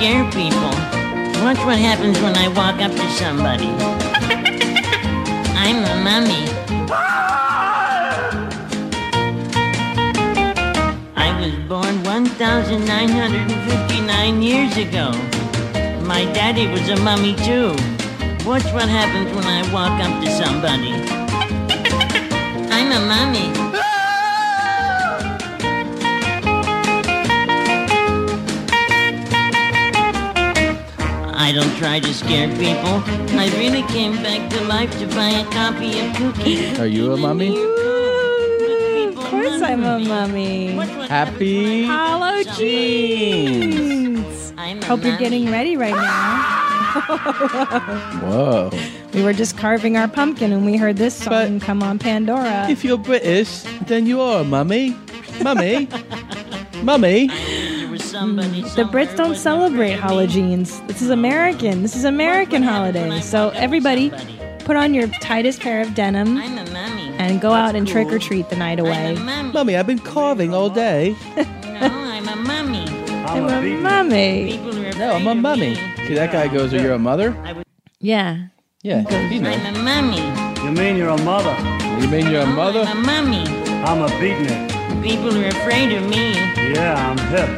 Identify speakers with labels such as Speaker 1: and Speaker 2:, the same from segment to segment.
Speaker 1: people. Watch what happens when I walk up to somebody. I'm a mummy. I was born 1,959 years ago. My daddy was a mummy too. Watch what happens when I walk up to somebody. I'm a mummy. I don't try to scare people. I really came back to life to buy a copy of Cookie.
Speaker 2: Are you a mummy?
Speaker 1: Of
Speaker 3: Of course I'm a mummy.
Speaker 2: Happy
Speaker 3: Halloween.
Speaker 1: I'm a
Speaker 3: Hope you're
Speaker 1: mummy.
Speaker 3: getting ready right now.
Speaker 2: Whoa.
Speaker 3: We were just carving our pumpkin and we heard this
Speaker 2: But-
Speaker 3: song come on Pandora.
Speaker 2: If you're British, then you are a mummy. Mummy. mummy.
Speaker 1: There was somebody
Speaker 3: The
Speaker 1: somewhere
Speaker 3: Brits
Speaker 1: with
Speaker 3: don't
Speaker 1: a
Speaker 3: celebrate
Speaker 1: pretty
Speaker 3: Halloweens. This is American. This is American holiday. So everybody put on your tightest pair of denim
Speaker 1: I'm a mummy.
Speaker 3: and go out and trick or treat the night
Speaker 1: I'm
Speaker 3: away.
Speaker 1: a mummy.
Speaker 2: Mummy, I've been carving all day.
Speaker 1: No, I'm a mummy.
Speaker 3: I'm a mummy.
Speaker 1: People are
Speaker 2: No,
Speaker 1: afraid
Speaker 2: I'm a
Speaker 1: of
Speaker 2: mummy.
Speaker 1: me.
Speaker 2: See, that guy goes, Are you a mother?
Speaker 3: Yeah.
Speaker 2: Yeah. You, know.
Speaker 1: I'm a mummy.
Speaker 4: You mean you're a mother?
Speaker 2: you mean you're a mother?
Speaker 1: I'm a mummy.
Speaker 4: I'm a beatnik.
Speaker 1: People are afraid of me.
Speaker 4: Yeah, I'm hip.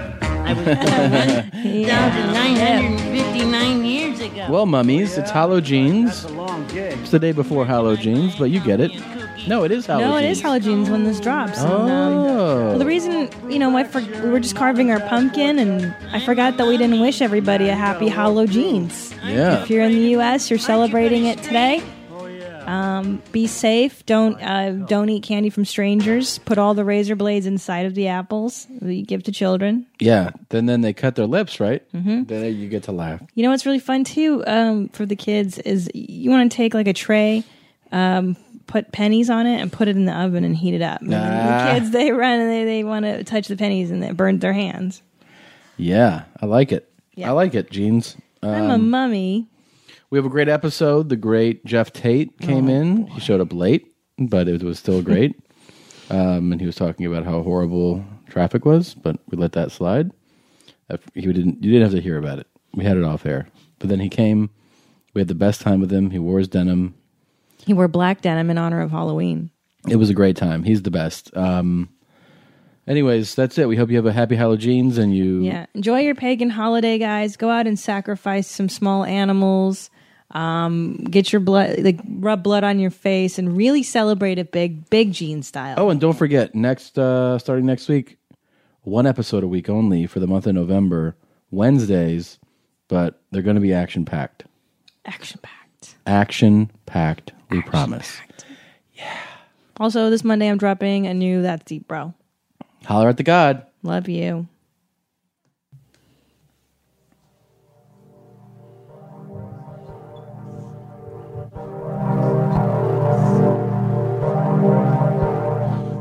Speaker 1: I was born
Speaker 3: Yeah.
Speaker 1: 1,959 years ago.
Speaker 2: Well, mummies, it's
Speaker 4: That's
Speaker 2: Halloween's.
Speaker 4: a long gig.
Speaker 2: It's the day before Halloween's, but you get it. No, it is Halloween.
Speaker 3: No, it is Halloween's when this drops. And, um, well, the
Speaker 2: Oh.
Speaker 3: reason, you know, I for- we were just carving our pumpkin, and I forgot that we didn't wish everybody a happy Halloween's.
Speaker 2: Yeah.
Speaker 3: If you're in the U.S., you're celebrating it today. Um, be safe. Don't uh, don't eat candy from strangers. Put all the razor blades inside of the apples that you give to children.
Speaker 2: Yeah. Then then they cut their lips, right? Mm-hmm. Then you get to laugh.
Speaker 3: You know what's really fun too um, for the kids is you want to take like a tray, um, put pennies on it, and put it in the oven and heat it up. And
Speaker 2: Ah.
Speaker 3: The kids they run and they, they want to touch the pennies and it burns their hands.
Speaker 2: Yeah. I like it.
Speaker 3: Yeah.
Speaker 2: I like it, Um, jeans.
Speaker 3: I'm a mummy.
Speaker 2: We have a great episode. The great Jeff Tate came in. He showed up late, but it was still great. um, and he was talking about how horrible traffic was, but we let that slide. Uh, He didn't. You didn't have to hear about it. We had it off air. But then he came. We had the best time with him. He wore his denim.
Speaker 3: He wore black denim in honor of Halloween.
Speaker 2: It was a great time. He's the best. Um, anyways, that's it. We hope you have a happy Halloween's and you.
Speaker 3: Yeah, enjoy your pagan holiday, guys. Go out and sacrifice some small animals. Um, get your blood, like rub blood on your face, and really celebrate it big, big Gene style.
Speaker 2: Oh, and don't forget next uh, starting next week, one episode a week only for the month of November, Wednesdays, but they're going to be action packed.
Speaker 3: action packed.
Speaker 2: Action packed, we promise.
Speaker 3: Also, this Monday I'm dropping a new That's Deep Bro.
Speaker 2: Holler at the God.
Speaker 3: Love you.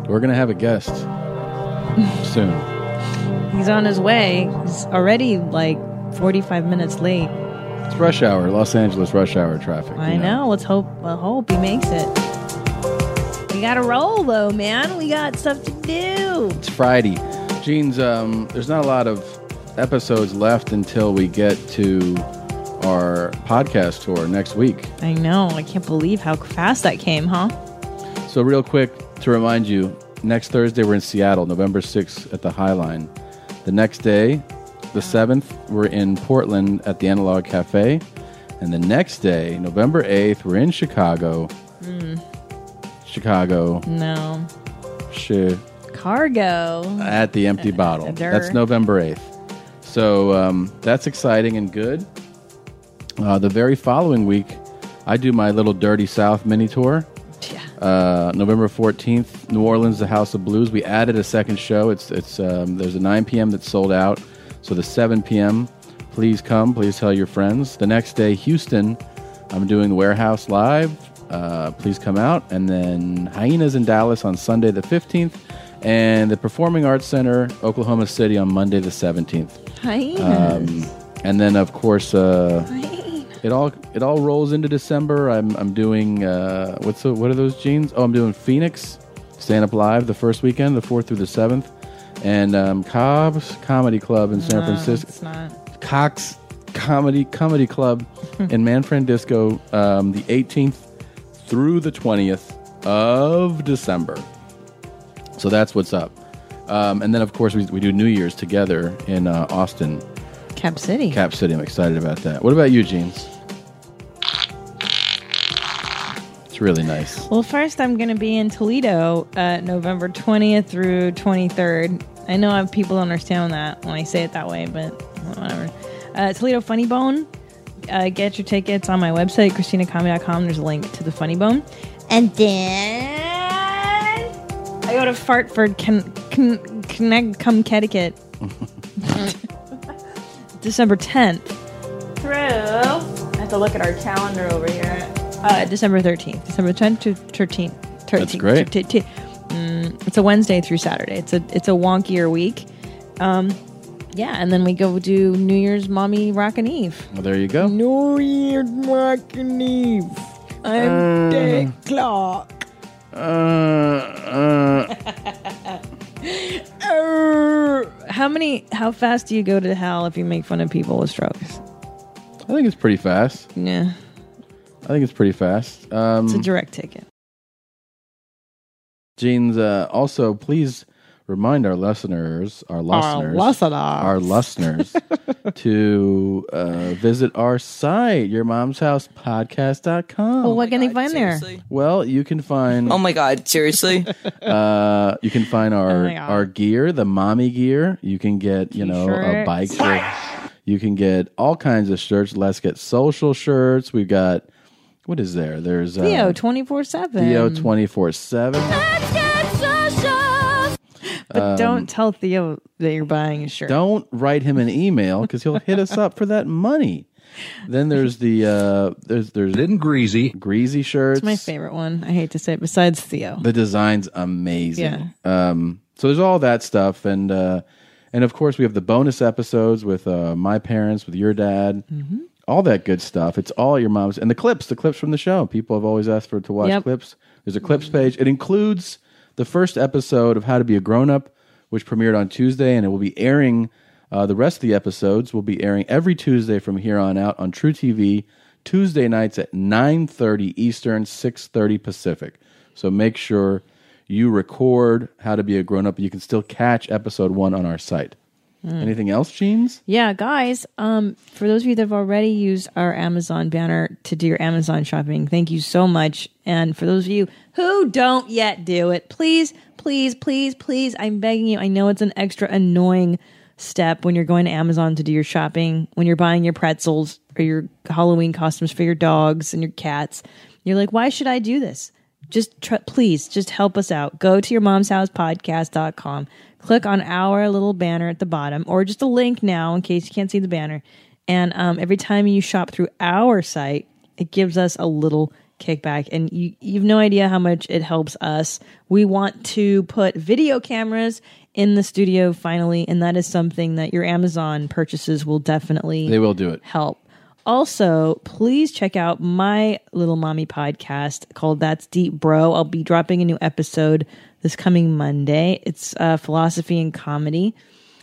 Speaker 2: We're going to have a guest soon.
Speaker 3: He's on his way. He's already like 45 minutes late.
Speaker 2: It's rush hour, Los Angeles rush hour traffic.
Speaker 3: I
Speaker 2: you
Speaker 3: know. Let's hope. I hope he makes it. We gotta roll though, man. We got stuff to do.
Speaker 2: It's Friday. Jeans, um, there's not a lot of episodes left until we get to our podcast tour next week.
Speaker 3: I know. I can't believe how fast that came, huh?
Speaker 2: So, real quick to remind you, next Thursday we're in Seattle, November 6th at the Highline. The next day, the 7th, we're in Portland at the Analog Cafe. And the next day, November 8th, we're in Chicago. Chicago
Speaker 3: Hmm. No.
Speaker 2: shi-
Speaker 3: Cargo.
Speaker 2: at the Empty Bottle.
Speaker 3: der.
Speaker 2: That's November 8th. So, um, that's exciting and good. Uh, the very following week, I do my little Dirty South mini tour.
Speaker 3: Yeah.
Speaker 2: Uh, November 14th, New Orleans, the House of Blues. We added a second show. It's it's um, there's a 9 p.m. that's sold out. So the 7 p.m. Please come. Please tell your friends. The next day, Houston, I'm doing the Warehouse live. Uh, please come out. And then Hyenas in Dallas on Sunday the 15th, and the Performing Arts Center, Oklahoma City on Monday the 17th. um,
Speaker 3: Hyenas.
Speaker 2: And then of course. Uh,
Speaker 3: Hyenas.
Speaker 2: it all it all rolls into December. I'm I'm doing uh, what's the, what are those jeans? Oh, I'm doing Phoenix stand up live the first weekend, the fourth through the seventh, and um, Cobb's Comedy Club in San Francisco.
Speaker 3: It's not.
Speaker 2: Cox Comedy Comedy Club in Manfred Disco, um, the 18th through the 20th of December. So that's what's up. Um, and then, of course, we, we do New Year's together in uh, Austin,
Speaker 3: Cap City.
Speaker 2: Cap City. I'm excited about that. What about you, Jeans? It's really nice.
Speaker 3: Well, first I'm going to be in Toledo uh, November 20th through 23rd. I know I- people don't understand that when I say it that way, but whatever. Uh, Toledo Funny Bone. Uh, get your tickets on my website, ChristinaComedy.com. There's a link to the Funny Bone. And then I go to Fartford, Con- Con- Connecticut, Connecticut. December 10th through. I have to look at our calendar over here. Uh, December 13th. December 10th to 13th. 13th
Speaker 2: That's great.
Speaker 3: to- to- mm, it's a Wednesday through Saturday. It's a it's a wonkier week. Um, yeah, and then we go do New Year's Mommy Rockin' Eve.
Speaker 2: Well, there you go.
Speaker 3: New Year's Rockin' Eve. I'm
Speaker 5: Uh,
Speaker 3: Dick Clark.
Speaker 2: Uh, uh,
Speaker 3: Err. How many? How fast do you go to hell if you make fun of people with strokes?
Speaker 2: I think it's pretty fast.
Speaker 3: Yeah,
Speaker 2: I think it's pretty fast. Um,
Speaker 3: it's a direct ticket.
Speaker 2: Jeans, uh, also, please remind our listeners, our listeners,
Speaker 3: listeners.
Speaker 2: our listeners to uh, visit our site, your mom's house podcast.com.
Speaker 3: Well, what can they find there?
Speaker 6: Seriously?
Speaker 2: well, you can find
Speaker 6: Oh my god, seriously?
Speaker 2: uh, you can find our
Speaker 3: Oh my God.
Speaker 2: our gear, the mommy gear. You can get, you know, a
Speaker 3: T-shirts.
Speaker 2: bike shirt. You can get all kinds of shirts. Let's get social shirts. We've got what is there? There's uh,
Speaker 3: Theo twenty four seven.
Speaker 2: Theo twenty four seven.
Speaker 3: But don't tell Theo that you're buying a shirt.
Speaker 2: Um, Don't write him an email because he'll hit us up for that money. Then there's the uh, there's there's
Speaker 7: Lynn Greasy.
Speaker 2: greasy shirts.
Speaker 3: It's my favorite one. I hate to say it. Besides Theo,
Speaker 2: The design's amazing. Um, so there's all that stuff, and uh, and of course we have the bonus episodes with uh, my parents, with your dad,
Speaker 3: Mm-hmm.
Speaker 2: all that good stuff. It's all your mom's and the clips, the clips from the show. People have always asked for to watch
Speaker 3: Yep.
Speaker 2: clips. There's a clips page. It includes the first episode of How to Be a Grown Up, which premiered on Tuesday, and it will be airing. Uh, the rest of the episodes will be airing every Tuesday from here on out on True TV, Tuesday nights at 9.30 Eastern, 6.30 Pacific. So make sure you record How to Be a Grown Up. You can still catch episode one on our site. Anything else, Jeans?
Speaker 3: yeah, guys. Um, for those of you that have already used our Amazon banner to do your Amazon shopping, thank you so much. And for those of you who don't yet do it, please, please, please, please, I'm begging you. I know it's an extra annoying step when you're going to Amazon to do your shopping, when you're buying your pretzels or your Halloween costumes for your dogs and your cats. You're like, why should I do this? just tr- please just help us out go to your mom's house podcast.com click on our little banner at the bottom or just a link now in case you can't see the banner and um, every time you shop through our site it gives us a little kickback and you, you've no idea how much it helps us we want to put video cameras in the studio finally and that is something that your amazon purchases will definitely
Speaker 2: They will do it.
Speaker 3: help. Also, please check out my little mommy podcast called That's Deep Bro. I'll be dropping a new episode this coming Monday. It's uh, philosophy and comedy.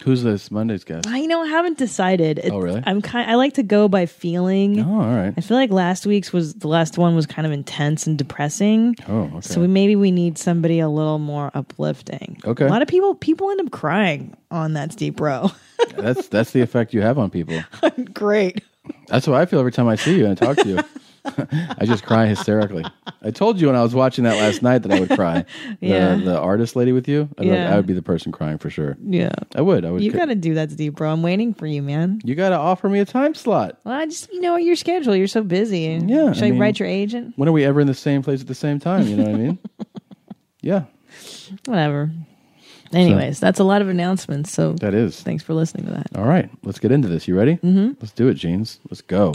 Speaker 2: Who's this Monday's guest?
Speaker 3: I know I haven't decided. It-
Speaker 2: Oh, really?
Speaker 3: I'm kind. I like to go by feeling.
Speaker 2: Oh, all right.
Speaker 3: I feel like last week's was the last one was kind of intense and depressing.
Speaker 2: Oh, okay.
Speaker 3: So we, maybe we need somebody a little more uplifting.
Speaker 2: Okay.
Speaker 3: A lot of people people end up crying on That's Deep Bro.
Speaker 2: That's that's the effect you have on people.
Speaker 3: Great.
Speaker 2: That's what I feel every time I see you and I talk to you. I just cry hysterically. I told you when I was watching that last night that I would cry. The,
Speaker 3: Yeah.
Speaker 2: the artist lady with you, I,
Speaker 3: Yeah.
Speaker 2: I would be the person crying for sure.
Speaker 3: Yeah.
Speaker 2: I would. I would.
Speaker 3: You
Speaker 2: ca-
Speaker 3: gotta do That's Deep Bro. I'm waiting for you, man.
Speaker 2: you gotta offer me a time slot.
Speaker 3: Well, I just you know your schedule. You're so busy.
Speaker 2: Yeah,
Speaker 3: Should
Speaker 2: I
Speaker 3: I,
Speaker 2: mean-
Speaker 3: write your agent?
Speaker 2: When are we ever in the same place at the same time? You know what I mean? yeah,
Speaker 3: Whatever. Anyways, that's a lot of announcements. So
Speaker 2: that is.
Speaker 3: thanks for listening to that.
Speaker 2: All right, let's get into this. You ready? Mm-hmm. Let's do it, jeans. Let's go.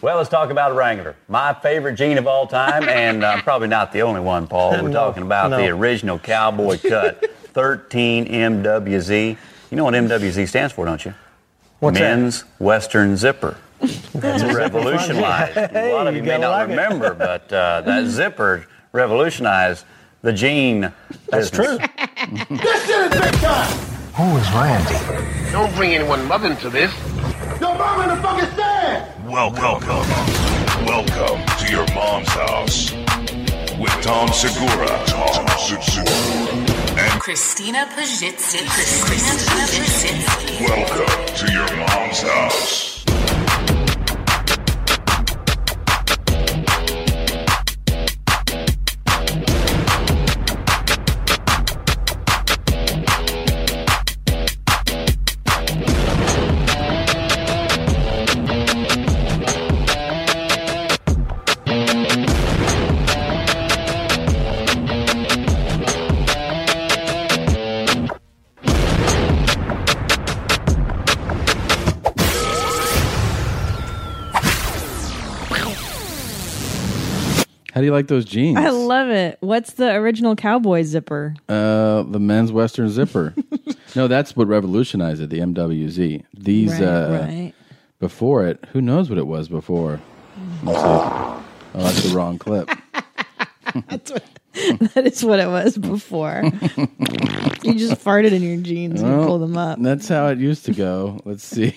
Speaker 8: Well, let's talk about Wrangler, my favorite jean of all time, and I'm probably not the only one, Paul. We're talking about the original cowboy cut, 13 MWZ. You know what MWZ stands for, don't you?
Speaker 9: What's that?
Speaker 8: Men's Western Zipper. That's revolutionized. a lot of
Speaker 9: you
Speaker 8: you may
Speaker 9: gotta like
Speaker 8: not
Speaker 9: it.
Speaker 8: remember, but uh, that zipper revolutionized the jean. That's
Speaker 9: true.
Speaker 10: Who is Randy?
Speaker 11: Don't bring anyone mother into this.
Speaker 10: Don't
Speaker 6: mama in the fucking stand!
Speaker 7: Welcome. Welcome to your mom's house with Tom Segura. Tom Segura. And
Speaker 9: Christina Pajitsky. Christina Pajitsky.
Speaker 7: welcome to your mom's house.
Speaker 2: How do you like those jeans?
Speaker 3: I love it. What's the original cowboy zipper?
Speaker 2: Uh, the men's Western zipper. no, that's what revolutionized it. The MWZ. These
Speaker 3: right,
Speaker 2: uh,
Speaker 3: right.
Speaker 2: before it, who knows what it was before? Let's see. Oh, that's the wrong clip.
Speaker 3: That is what it was before. you just farted in your jeans and you pull them up.
Speaker 2: That's how it used to go. Let's see.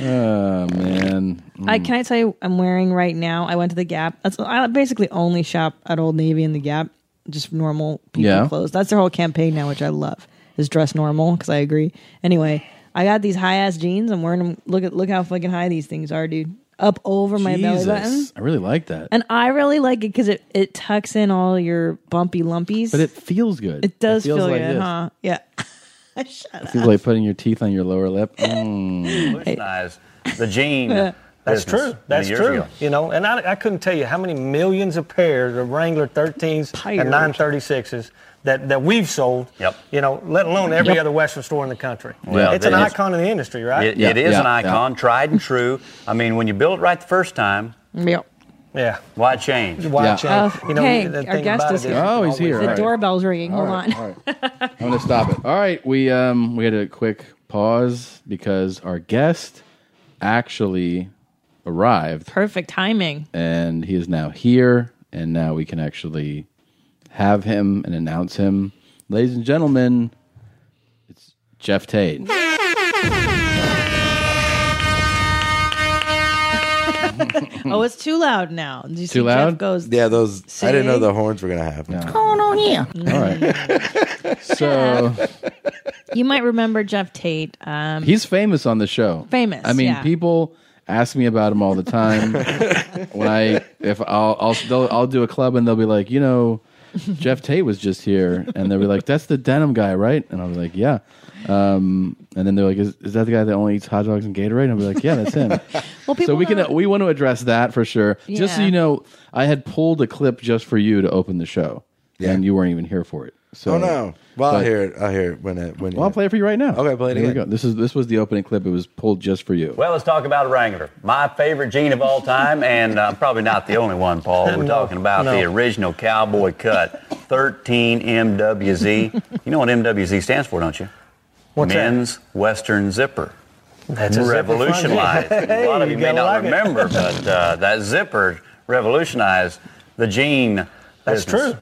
Speaker 2: oh man,
Speaker 3: I can I tell you I'm wearing right now. I went to the Gap. That's I basically only shop at Old Navy and the Gap, just normal people
Speaker 2: Yeah.
Speaker 3: clothes. That's their whole campaign now, which I love. Is dress normal because I agree. Anyway, I got these high ass jeans. I'm wearing them. Look at look how fucking high these things are, dude. Up over my belly button.
Speaker 2: Jesus, I really like that.
Speaker 3: And I really like it because it, it tucks in all your bumpy lumpies.
Speaker 2: but it feels good.
Speaker 3: It does
Speaker 2: feels
Speaker 3: feel
Speaker 2: like
Speaker 3: good,
Speaker 2: this.
Speaker 3: huh? Yeah.
Speaker 2: It feels like putting your teeth on your lower lip. Mm.
Speaker 8: Revolutionized the jean.
Speaker 10: That's
Speaker 8: business
Speaker 10: true.
Speaker 8: many
Speaker 10: That's
Speaker 8: years
Speaker 10: true.
Speaker 8: ago.
Speaker 10: You know, and I, I couldn't tell you how many millions of pairs of Wrangler 13s
Speaker 3: Pairs.
Speaker 10: and 936s that, that we've sold.
Speaker 8: Yep.
Speaker 10: You know, let alone every
Speaker 3: Yep.
Speaker 10: other Western store in the country.
Speaker 8: Well,
Speaker 10: it's an
Speaker 8: it's-
Speaker 10: icon in the industry, right?
Speaker 8: It,
Speaker 2: Yeah,
Speaker 8: it is
Speaker 2: yeah,
Speaker 8: an
Speaker 2: yeah.
Speaker 8: icon, tried and true. I mean, when you build it right the first time,
Speaker 3: Yeah.
Speaker 10: yeah.
Speaker 8: why change?
Speaker 10: Why
Speaker 2: Yeah.
Speaker 10: change?
Speaker 3: Uh,
Speaker 10: you know,
Speaker 3: hey,
Speaker 10: the
Speaker 3: our
Speaker 10: thing
Speaker 3: guest
Speaker 10: about
Speaker 3: is
Speaker 10: it
Speaker 3: here.
Speaker 10: you
Speaker 2: Oh,
Speaker 10: can
Speaker 2: he's here.
Speaker 10: always-
Speaker 2: All
Speaker 3: The
Speaker 2: right.
Speaker 3: doorbell's ringing. Hold on.
Speaker 2: All right. I'm going to stop it. All right. We um we had a quick pause because our guest actually arrived
Speaker 3: Perfect timing.
Speaker 2: and he is now here and now we can actually have him and announce him. Ladies and gentlemen, it's Jeff Tate.
Speaker 3: Oh, it's too loud now. Did you see Jeff
Speaker 2: loud?
Speaker 3: goes,
Speaker 11: Yeah, those. I didn't know
Speaker 3: See?
Speaker 11: the horns were gonna happen.
Speaker 1: going on here?
Speaker 3: Mm.
Speaker 2: All right. so
Speaker 3: You might remember Jeff Tate. Um,
Speaker 2: He's famous on the show.
Speaker 3: Famous,
Speaker 2: I mean,
Speaker 3: yeah.
Speaker 2: people ask me about him all the time. when I if I'll I'll they'll- I'll do a club and they'll be like, you know, Jeff Tate was just here, and they'll be like, that's the denim guy, right? And I'll be like, yeah. Um, and then they're like, is, is that the guy that only eats hot dogs and Gatorade? And I'll be like, yeah, that's him.
Speaker 3: well, people
Speaker 2: so we can
Speaker 3: don't-
Speaker 2: we want to address that for sure. Just so
Speaker 3: Yeah.
Speaker 2: you know, I had pulled a clip just for you to open the show,
Speaker 11: Yeah.
Speaker 2: and you weren't even here for it. So
Speaker 11: Oh no! Well, I'll
Speaker 2: But-
Speaker 11: hear it. I'll hear it when it when.
Speaker 2: Well, I'll play it for you right now.
Speaker 11: Okay, play it
Speaker 2: Here we
Speaker 11: again.
Speaker 2: go. This is this was the opening clip. It was pulled just for you.
Speaker 8: Well, let's talk about Wrangler, my favorite jean of all time, and uh, probably not the only one, Paul. We're
Speaker 10: No,
Speaker 8: talking about
Speaker 10: no.
Speaker 8: the original cowboy cut, 13 MWZ. You know what MWZ stands for, don't you?
Speaker 10: What's that?
Speaker 8: Men's Western Zipper.
Speaker 10: That's a zipper front.
Speaker 8: revolutionized. a lot of
Speaker 10: Hey,
Speaker 8: you may
Speaker 10: gotta
Speaker 8: not
Speaker 10: like it.
Speaker 8: remember, but uh, that zipper revolutionized the jean.
Speaker 10: That's
Speaker 8: business.
Speaker 10: true.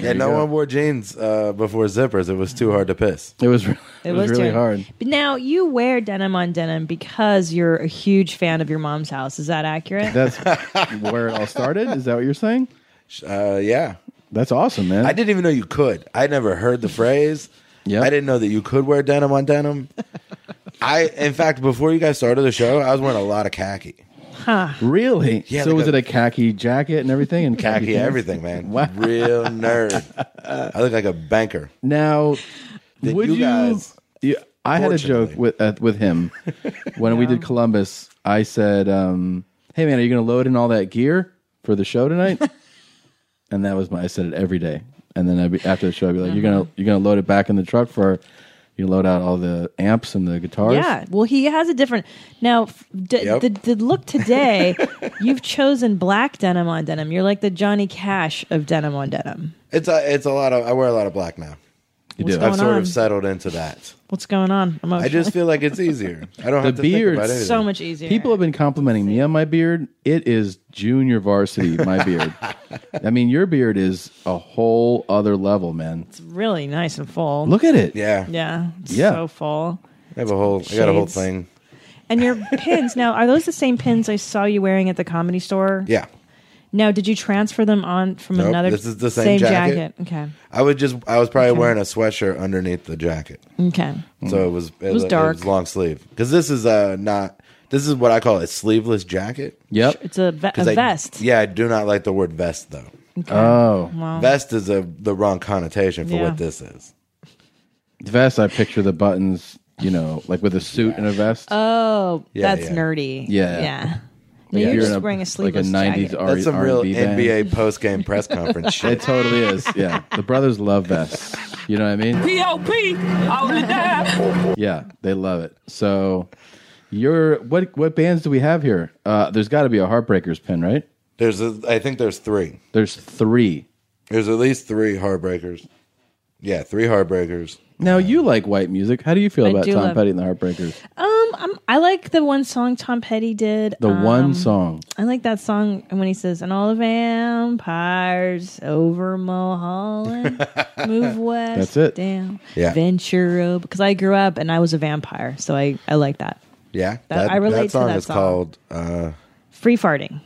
Speaker 11: yeah, no one wore jeans uh, before zippers. It was too hard to piss.
Speaker 2: It was it, was, really
Speaker 3: doing-
Speaker 2: hard.
Speaker 3: But now you wear denim on denim because you're a huge fan of your mom's house. Is that accurate?
Speaker 2: That's where it all started. Is that what you're saying?
Speaker 11: Uh, yeah,
Speaker 2: That's awesome, man.
Speaker 11: I didn't even know you could. I never heard the phrase.
Speaker 2: Yeah.
Speaker 11: I didn't know that you could wear denim on denim. I, in fact, before you guys started the show, I was wearing a lot of khaki,
Speaker 2: really.
Speaker 11: Yeah,
Speaker 2: so
Speaker 11: they
Speaker 2: was
Speaker 11: got-
Speaker 2: it a khaki jacket and everything and khaki,
Speaker 11: khaki
Speaker 2: pants?
Speaker 11: everything, man.
Speaker 2: Wow.
Speaker 11: Real nerd. I look like a banker.
Speaker 2: Now,
Speaker 11: Did
Speaker 2: would
Speaker 11: you
Speaker 2: you?
Speaker 11: guys-
Speaker 2: Yeah, I had a joke
Speaker 11: Fortunately.
Speaker 2: with uh, with him when we did Columbus. I said, um, "Hey, man, are you going to load in all that gear for the show tonight?" and that was my. I said it every day, and then I'd be, after the show, I'd be like, "You're gonna
Speaker 11: Uh-huh.
Speaker 2: you're gonna load it back in the truck for." You load out all the amps and the guitars.
Speaker 3: yeah. Well, he has a different. Now, f- d-
Speaker 11: Yep.
Speaker 3: the, the look today, you've chosen black denim on denim. You're like the Johnny Cash of denim on denim.
Speaker 11: It's a, it's a lot of. I wear a lot of black now.
Speaker 2: you
Speaker 3: What's
Speaker 2: do.
Speaker 3: going
Speaker 11: I've sort
Speaker 3: on?
Speaker 11: of settled into that.
Speaker 3: What's going on? Emotionally?
Speaker 11: I just feel like it's easier. I don't have to think
Speaker 2: beard's
Speaker 11: about anything.
Speaker 3: so much easier.
Speaker 2: People have been complimenting me on my beard. It is junior varsity, my beard. I mean, your beard is a whole other level, man.
Speaker 3: really nice and full.
Speaker 2: Look at it.
Speaker 11: Yeah.
Speaker 3: Yeah. It's
Speaker 2: Yeah.
Speaker 3: So full.
Speaker 11: I have a whole. I got a whole
Speaker 3: Shades.
Speaker 11: thing.
Speaker 3: And your pins now are those the same pins I saw you wearing at the comedy store?
Speaker 11: Yeah.
Speaker 3: Now, did you transfer them on from
Speaker 11: Nope,
Speaker 3: another?
Speaker 11: this is the same jacket.
Speaker 3: Okay.
Speaker 11: I would just. I was probably
Speaker 3: Okay.
Speaker 11: wearing a sweatshirt underneath the jacket,
Speaker 3: Okay.
Speaker 11: so it was. It,
Speaker 3: was dark.
Speaker 11: long sleeve because this is uh not. This is what I call a sleeveless jacket.
Speaker 2: Yep.
Speaker 3: It's a, ve- a
Speaker 11: 'Cause I-
Speaker 3: vest.
Speaker 11: Yeah, I do not like the word vest though.
Speaker 2: Oh,
Speaker 3: Wow.
Speaker 11: Vest is a the wrong connotation for
Speaker 3: Yeah.
Speaker 11: what this is.
Speaker 2: vest. I picture the buttons. You know, like with a suit and a vest.
Speaker 3: Oh,
Speaker 11: Yeah,
Speaker 3: that's
Speaker 11: yeah.
Speaker 3: nerdy.
Speaker 2: Yeah.
Speaker 3: Yeah. No,
Speaker 2: If
Speaker 3: you're,
Speaker 2: in
Speaker 3: just wearing a sleeveless
Speaker 2: like a
Speaker 3: jacket.
Speaker 2: R-
Speaker 11: That's some real
Speaker 2: R&B band.
Speaker 11: NBA post game press conference
Speaker 2: It
Speaker 11: shit.
Speaker 2: totally is. Yeah, the brothers love vests. You know what I mean?
Speaker 1: P.O.P.
Speaker 2: Yeah, they love it. So, you're what? What bands do we have here? Uh, there's got to be a Heartbreakers pin, right?
Speaker 11: There's a, I think there's three.
Speaker 2: There's three.
Speaker 11: There's at least three heartbreakers. Yeah, three heartbreakers.
Speaker 2: Now you like white music. How do you feel
Speaker 3: I
Speaker 2: about
Speaker 3: do
Speaker 2: Tom
Speaker 3: love-
Speaker 2: Petty and the Heartbreakers?
Speaker 3: Um, I'm, I like the one song Tom Petty did.
Speaker 2: The
Speaker 3: um,
Speaker 2: one song.
Speaker 3: I like that song when he says, "And all the vampires over Mulholland move west."
Speaker 2: That's it.
Speaker 3: Down
Speaker 11: Yeah.
Speaker 3: Ventura, because I grew up and I was a vampire, so I I like that.
Speaker 11: Yeah,
Speaker 3: That- I relate to
Speaker 11: song
Speaker 3: that
Speaker 11: is
Speaker 3: song.
Speaker 11: called uh,
Speaker 3: Free farting.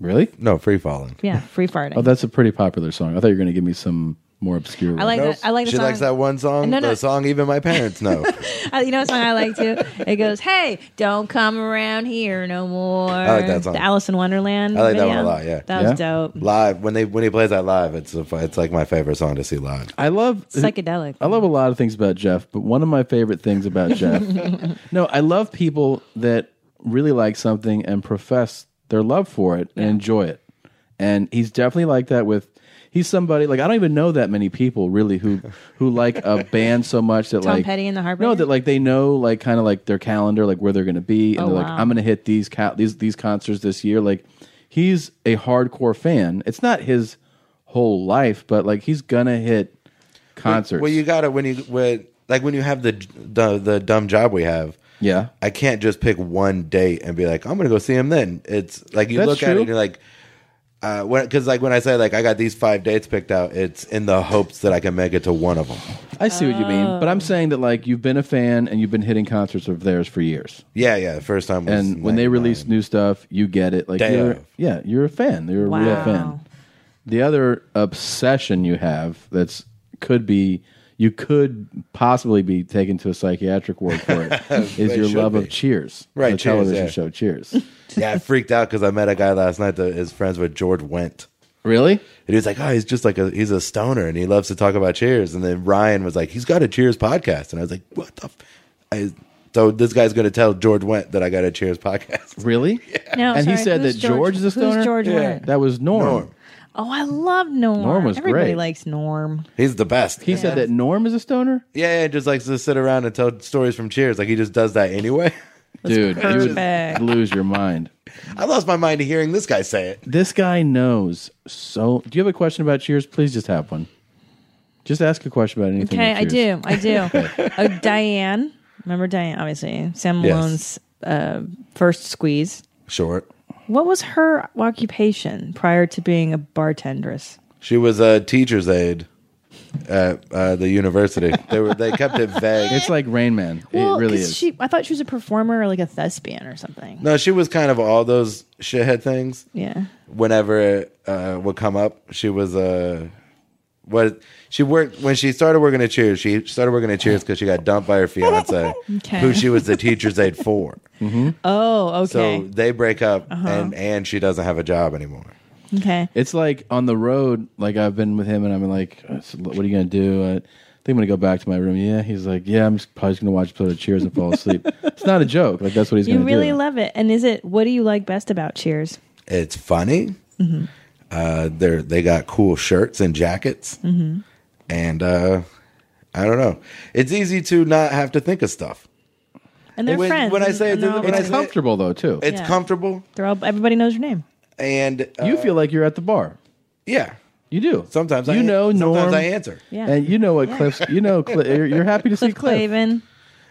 Speaker 2: Really?
Speaker 11: no free falling.
Speaker 3: Yeah, free farting.
Speaker 2: Oh, that's a pretty popular song. I thought you were going to give me some more obscure.
Speaker 3: I like
Speaker 2: one.
Speaker 3: that. I like the
Speaker 11: she
Speaker 3: song.
Speaker 11: likes that one song.
Speaker 3: No, no.
Speaker 11: The song even my parents know.
Speaker 3: I- you know what song I like too? It goes, "Hey, don't come around here no more." I
Speaker 11: like that song.
Speaker 3: The Alice in Wonderland.
Speaker 11: I like that one
Speaker 3: video.
Speaker 11: a lot, yeah.
Speaker 3: that was
Speaker 2: Yeah?
Speaker 3: dope.
Speaker 11: live when they when he plays that live, it's a, it's like my favorite song to see live.
Speaker 2: I love
Speaker 3: Psychedelic.
Speaker 2: I love a lot of things about Jeff, but one of my favorite things about Jeff. no, I love people that really like something and profess their love for it and enjoy it. And he's definitely like that with he's somebody like I don't even know that many people really who who like a band so much that
Speaker 3: Tom
Speaker 2: like
Speaker 3: Petty and the Heartbreakers?
Speaker 2: No, that like they know like kind of like their calendar, like where they're going to be and
Speaker 3: Oh,
Speaker 2: they're like
Speaker 3: wow.
Speaker 2: I'm going to hit these ca- these these concerts this year like he's a hardcore fan. It's not his whole life, but like he's going to hit concerts.
Speaker 11: Well, you got it when you when like when you have the the, the dumb job we have.
Speaker 2: yeah.
Speaker 11: I can't just pick one date and be like, I'm gonna go see him then. It's like you
Speaker 2: That's
Speaker 11: look at it
Speaker 2: true.
Speaker 11: and you're like, uh, when because like when I say like I got these five dates picked out, it's in the hopes that I can make it to one of them.
Speaker 2: I see what you mean, but
Speaker 3: Oh.
Speaker 2: I'm saying that like you've been a fan and you've been hitting concerts of theirs for years.
Speaker 11: Yeah, yeah. The first time, was
Speaker 2: And when they
Speaker 11: 99.
Speaker 2: release new stuff, you get it. Like,
Speaker 11: Day
Speaker 2: you're,
Speaker 11: of.
Speaker 2: yeah, you're a fan. You're a real
Speaker 3: Wow.
Speaker 2: fan. The other obsession you have that's could be you could possibly be taken to a psychiatric ward for it is
Speaker 11: They
Speaker 2: your
Speaker 11: should
Speaker 2: love
Speaker 11: be.
Speaker 2: of Cheers,
Speaker 11: Right,
Speaker 2: The
Speaker 11: Cheers,
Speaker 2: television
Speaker 11: yeah.
Speaker 2: show Cheers.
Speaker 11: yeah, I freaked out because I met a guy last night that is friends with George Wendt.
Speaker 2: really?
Speaker 11: And he was like, "Oh, he's just like a he's a stoner, and he loves to talk about Cheers." And then Ryan was like, "He's got a Cheers podcast," and I was like, "What the?" F-? I, so this guy's going to tell George Wendt that I got a Cheers podcast.
Speaker 2: Really?
Speaker 3: No,
Speaker 2: and he
Speaker 3: sorry,
Speaker 2: said that
Speaker 3: who's
Speaker 2: George, is a stoner.
Speaker 3: Who's George Wendt?
Speaker 2: That was Norm.
Speaker 11: Norm.
Speaker 3: Oh, I love Norm.
Speaker 2: Norm was
Speaker 3: Everybody
Speaker 2: great.
Speaker 3: likes Norm.
Speaker 11: He's the best.
Speaker 2: He said that Norm is a stoner.
Speaker 11: yeah, yeah, just likes to sit around and tell stories from Cheers. Like he just does that anyway.
Speaker 2: Dude, you would
Speaker 3: perfect.
Speaker 2: lose your mind.
Speaker 11: I lost my mind hearing this guy say it.
Speaker 2: This guy knows so. Do you have a question about Cheers? Please just have one. Just ask a question about anything.
Speaker 3: Okay,
Speaker 2: with
Speaker 3: I
Speaker 2: Cheers.
Speaker 3: do. I do. oh, Diane. Remember Diane, obviously. Sam
Speaker 11: Yes.
Speaker 3: Malone's uh, first squeeze.
Speaker 11: Short.
Speaker 3: What was her occupation prior to being a bartendress?
Speaker 11: She was a teacher's aide at uh, the university. they were they kept it vague.
Speaker 2: It's like Rain Man.
Speaker 3: well,
Speaker 2: it really
Speaker 3: 'cause
Speaker 2: is.
Speaker 3: She, I thought she was a performer or like a thespian or something.
Speaker 11: no, she was kind of all those shithead things.
Speaker 3: Yeah.
Speaker 11: whenever it uh, would come up, she was uh, what she worked when she started working at Cheers. She started working at Cheers because she got dumped by her fiance,
Speaker 3: Okay.
Speaker 11: who she was the teacher's aide for.
Speaker 2: Mm-hmm.
Speaker 3: Oh,
Speaker 11: So
Speaker 3: okay. Uh-huh.
Speaker 11: they break up, and and she doesn't have a job anymore.
Speaker 3: okay.
Speaker 2: it's like on the road. Like I've been with him, and I'm like, uh, so "What are you gonna do?" I think I'm gonna go back to my room. Yeah, he's like, "Yeah, I'm just probably just gonna watch a episode of Cheers and fall asleep." it's not a joke. Like that's what he's
Speaker 3: You
Speaker 2: gonna
Speaker 3: really
Speaker 2: do.
Speaker 3: love it. And is it, what do you like best about Cheers?
Speaker 11: It's funny.
Speaker 3: Mm-hmm.
Speaker 11: Uh, they they got cool shirts and jackets, and uh, I don't know. It's easy to not have to think of stuff.
Speaker 3: And they're
Speaker 11: When-
Speaker 3: friends.
Speaker 11: when I say it,
Speaker 3: and they're all
Speaker 11: when I
Speaker 3: friends.
Speaker 11: say-
Speaker 2: comfortable though too.
Speaker 11: It's
Speaker 3: Yeah.
Speaker 11: comfortable,
Speaker 3: they're all, everybody knows your name.
Speaker 11: and uh,
Speaker 2: you feel like you're at the bar.
Speaker 11: yeah.
Speaker 2: You do
Speaker 11: Sometimes
Speaker 2: you
Speaker 11: I,
Speaker 2: know Norm.
Speaker 11: Sometimes I answer.
Speaker 3: Yeah.
Speaker 2: And you know what Cliff's. You know Cliff, you're, you're happy to see
Speaker 3: Cliff
Speaker 2: Cliff.
Speaker 3: Clavin.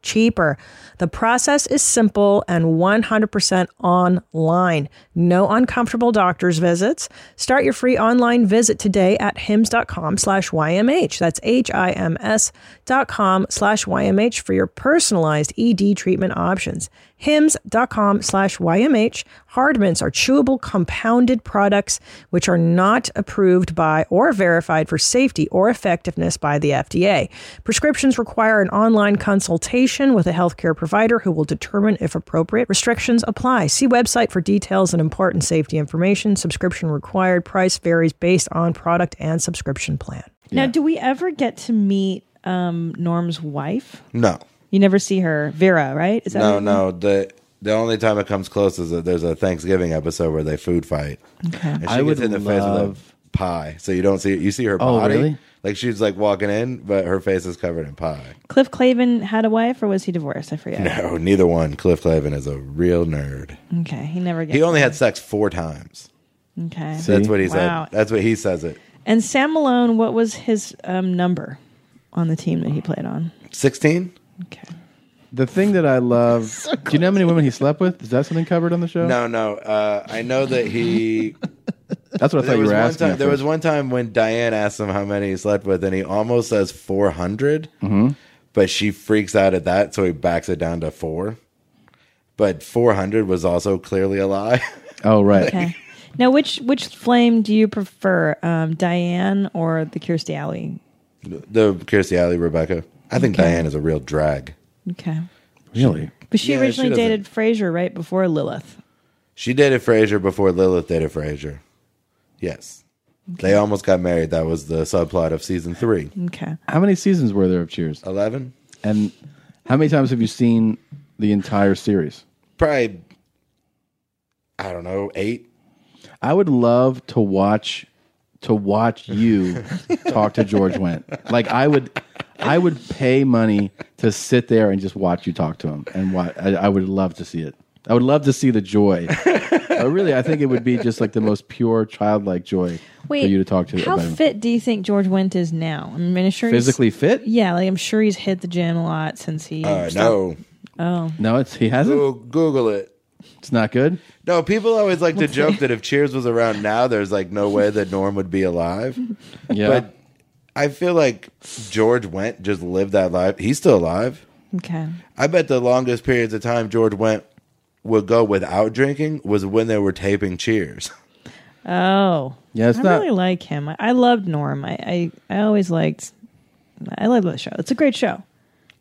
Speaker 12: cheaper. The process is simple and 100% online. No uncomfortable doctor's visits. Start your free online visit today at hims.com slash YMH. That's H-I-M-S dot com slash YMH for your personalized ED treatment options. HIMS.com slash YMH. Hardmints are chewable compounded products which are not approved by or verified for safety or effectiveness by the FDA. Prescriptions require an online consultation with a healthcare provider who will determine if appropriate. Restrictions apply. See website for details and important safety information. Subscription required. Price varies based on product and subscription plan.
Speaker 3: Now, do we ever get to meet um, Norm's wife?
Speaker 11: No.
Speaker 3: You never see her, Vera, right? Is
Speaker 11: no,
Speaker 3: her name?
Speaker 11: no. The the only time it comes close is that there's a Thanksgiving episode where they food fight.
Speaker 3: Okay.
Speaker 11: And she
Speaker 2: I
Speaker 11: gets
Speaker 2: would
Speaker 11: hit in the face
Speaker 2: love-
Speaker 11: with a pie, so you don't see you see her
Speaker 2: Oh,
Speaker 11: body.
Speaker 2: really?
Speaker 11: Like she's like walking in, but her face is covered in pie.
Speaker 3: Cliff Clavin had a wife, or was he divorced? I forget.
Speaker 11: No, neither one. Cliff Clavin is a real nerd.
Speaker 3: Okay, he never gets.
Speaker 11: He only had sex four times.
Speaker 3: Okay,
Speaker 11: So that's what he
Speaker 3: Wow.
Speaker 11: said. That's what he says it.
Speaker 3: And Sam Malone, what was his um, number on the team that he played on?
Speaker 11: 16?
Speaker 2: The thing that I love. do you know how many women he slept with? Is that something covered on the show?
Speaker 11: No, no. Uh, I know that he.
Speaker 2: That's what I thought
Speaker 11: There
Speaker 2: you
Speaker 11: was
Speaker 2: were
Speaker 11: one
Speaker 2: asking.
Speaker 11: time-
Speaker 2: at
Speaker 11: there was
Speaker 2: first.
Speaker 11: one time when Diane asked him how many he slept with, and he almost says 400,
Speaker 2: Mhm.
Speaker 11: but she freaks out at that, so he backs it down to four. But 400 was also clearly a lie.
Speaker 2: Oh, right.
Speaker 3: Okay. Now, which which flame do you prefer, um, Diane or the Kirstie Alley?
Speaker 11: the Kirstie Alley Rebecca. I think
Speaker 3: Okay.
Speaker 11: Diane is a real drag.
Speaker 3: Okay,
Speaker 2: Really?
Speaker 3: but she
Speaker 11: Yeah, she
Speaker 3: originally
Speaker 11: doesn't-
Speaker 3: dated Frasier right before Lilith.
Speaker 11: She dated Frazier before Lilith dated Frazier. Yes. They almost got married. That was the subplot of season three.
Speaker 3: Okay.
Speaker 2: How many seasons were there of Cheers?
Speaker 11: Eleven.
Speaker 2: And how many times have you seen the entire series?
Speaker 11: Probably, I don't know, eight.
Speaker 2: I would love to watch to watch you talk to George Wendt. Like I would, I would pay money to sit there and just watch you talk to him, and watch, I, I would love to see it. I would love to see the joy. but really, I think it would be just like the most pure childlike joy
Speaker 3: Wait,
Speaker 2: for you to talk to.
Speaker 3: How
Speaker 2: about him.
Speaker 3: fit do you think George Wendt is now? I mean, I'm sure he's-
Speaker 2: Physically fit?
Speaker 3: Yeah, like I'm sure he's hit the gym a lot since he.
Speaker 11: Uh,
Speaker 3: stopped-
Speaker 11: no.
Speaker 3: Oh,
Speaker 2: No, it's he hasn't.
Speaker 11: Go- Google it.
Speaker 2: It's not good.
Speaker 11: No, people always like to joke that if Cheers was around now, there's like no way that Norm would be alive.
Speaker 2: Yeah.
Speaker 11: But I feel like George Went just lived that life. He's still alive.
Speaker 3: okay.
Speaker 11: I bet the longest periods of time George Went would go without drinking was when they were taping Cheers.
Speaker 3: Oh,
Speaker 2: Yeah, it's
Speaker 3: I
Speaker 2: not-
Speaker 3: really like him. I, I loved Norm. I, I I always liked. I love the show. It's a great show.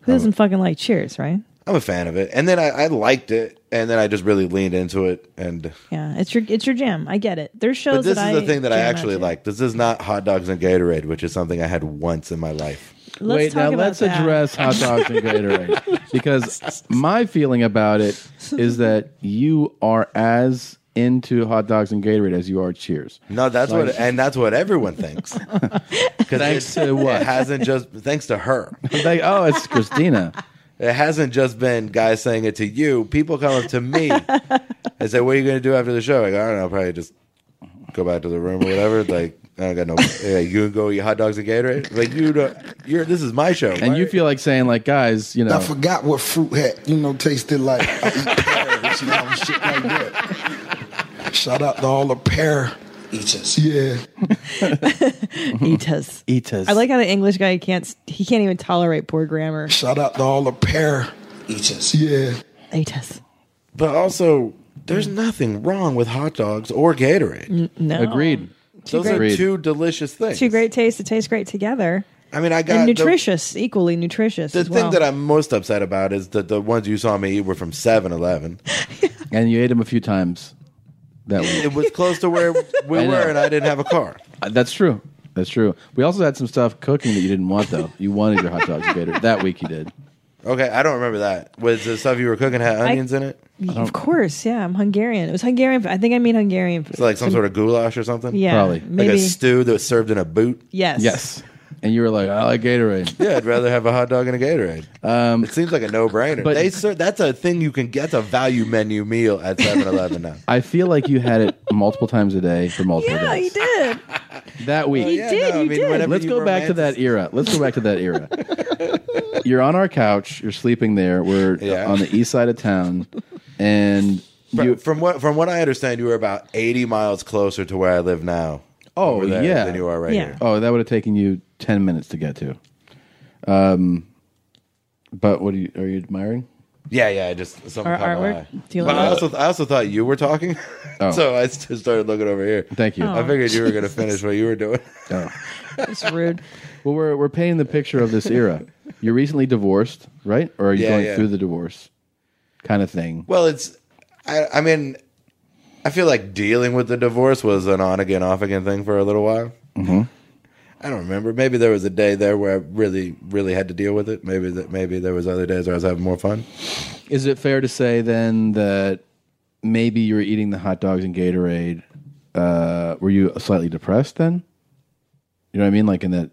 Speaker 3: Who
Speaker 2: Oh.
Speaker 3: doesn't fucking like Cheers, right?
Speaker 11: I'm a fan of it. And then I, I liked it. And then I just really leaned into it. And
Speaker 3: Yeah, it's your it's your jam. I get it. There's shows
Speaker 11: but this is
Speaker 3: that I
Speaker 11: the thing that I
Speaker 3: jam out
Speaker 11: actually
Speaker 3: to.
Speaker 11: like. This is not hot dogs and Gatorade, which is something I had once in my life.
Speaker 3: Let's
Speaker 2: Wait,
Speaker 3: talk
Speaker 2: now
Speaker 3: about
Speaker 2: let's
Speaker 3: that.
Speaker 2: address hot dogs and Gatorade because my feeling about it is that you are as into hot dogs and Gatorade as you are Cheers.
Speaker 11: No, that's
Speaker 2: Like-
Speaker 11: what, and that's what everyone thinks. Because
Speaker 2: Thanks to what?
Speaker 11: It hasn't just thanks to her.
Speaker 2: It's like, oh, it's Christina.
Speaker 11: It hasn't just been guys saying it to you. People come up to me and say, "What are you going to do after the show?" Like, I don't know. Probably just go back to the room or whatever. Like, I don't got no. Yeah, you can go eat hot dogs and Gatorade. Like, you don't. You're. This is my show.
Speaker 2: And you feel like saying, like, guys, you know,
Speaker 13: I forgot what fruit hat, you know, tasted like. I eat pears now and shit like that. Shout out to all the pear eaters. Yeah.
Speaker 3: Eaters.
Speaker 2: Eaters.
Speaker 3: I like how the English guy can't he can't even tolerate poor grammar.
Speaker 13: Shout out to all the pear eaters. Yeah.
Speaker 3: Eaters.
Speaker 11: But also, there's nothing wrong with hot dogs or Gatorade.
Speaker 3: no. Agreed. Two
Speaker 11: Those
Speaker 3: great-
Speaker 11: are two delicious things.
Speaker 3: Two great tastes that taste great together.
Speaker 11: I mean, I got
Speaker 3: and
Speaker 11: the-
Speaker 3: nutritious, equally nutritious.
Speaker 11: The
Speaker 3: as
Speaker 11: thing
Speaker 3: well.
Speaker 11: that I'm most upset about is that the ones you saw me eat were from 7 Eleven.
Speaker 2: and you ate them a few times. That week.
Speaker 11: It was close to where we
Speaker 2: I know.
Speaker 11: were, and I didn't have a car.
Speaker 2: Uh, That's true. That's true. We also had some stuff cooking that you didn't want though. You wanted your hot dogs and Gatorade. That week you did.
Speaker 11: Okay, I don't remember that. Was the stuff you were cooking had
Speaker 3: I-
Speaker 11: onions in it?
Speaker 3: Of course, yeah. I'm Hungarian. It was Hungarian. I think I mean Hungarian.
Speaker 11: It's like some sort of goulash or something?
Speaker 3: Yeah, Probably.
Speaker 11: Like
Speaker 3: maybe.
Speaker 11: a stew that was served in a boot?
Speaker 3: Yes.
Speaker 2: Yes. And you were like, I like Gatorade.
Speaker 11: Yeah, I'd rather have a hot dog and a Gatorade.
Speaker 2: Um,
Speaker 11: it seems like a no brainer.
Speaker 2: but-
Speaker 11: They serve, that's a thing you can get a value menu meal at 7 Eleven now.
Speaker 2: I feel like you had it multiple times a day for multiple
Speaker 3: Yeah,
Speaker 2: days.
Speaker 3: you did.
Speaker 2: That week.
Speaker 3: You Yeah, did, no, I you mean, did. whenever
Speaker 2: Let's
Speaker 11: you
Speaker 2: go back to that era. Let's go back to that era. you're on our couch. You're sleeping there. We're on the east side of town. And
Speaker 11: From, from what from what I understand, you were about 80 miles closer to where I live now.
Speaker 2: Oh
Speaker 11: over there
Speaker 2: yeah,
Speaker 11: Than you are right here.
Speaker 2: Oh, that would have taken you ten minutes to get to. Um, but what are you are you admiring?
Speaker 11: Yeah, yeah. I just something
Speaker 2: Our
Speaker 11: caught my
Speaker 2: artwork?
Speaker 11: eye.
Speaker 2: Do you
Speaker 11: But
Speaker 2: like
Speaker 11: I
Speaker 2: it?
Speaker 11: also I also thought you were talking,
Speaker 2: Oh.
Speaker 11: so I just started looking over here.
Speaker 2: Thank you.
Speaker 11: I
Speaker 2: Oh,
Speaker 11: figured you were going to
Speaker 2: Jesus.
Speaker 11: finish what you were doing.
Speaker 2: Oh.
Speaker 3: That's rude.
Speaker 2: Well, we're we're painting the picture of this era. You're recently divorced, right? Or are you
Speaker 11: Yeah,
Speaker 2: going
Speaker 11: yeah.
Speaker 2: through the divorce, kind of thing?
Speaker 11: Well, it's I, I mean, I feel like dealing with the divorce was an on again off again thing for a little while.
Speaker 2: Mhm.
Speaker 11: I don't remember. Maybe there was a day there where I really really had to deal with it. Maybe that maybe there was other days where I was having more fun.
Speaker 2: Is it fair to say then that maybe you were eating the hot dogs and Gatorade? Uh, were you slightly depressed then? You know what I mean? Like in that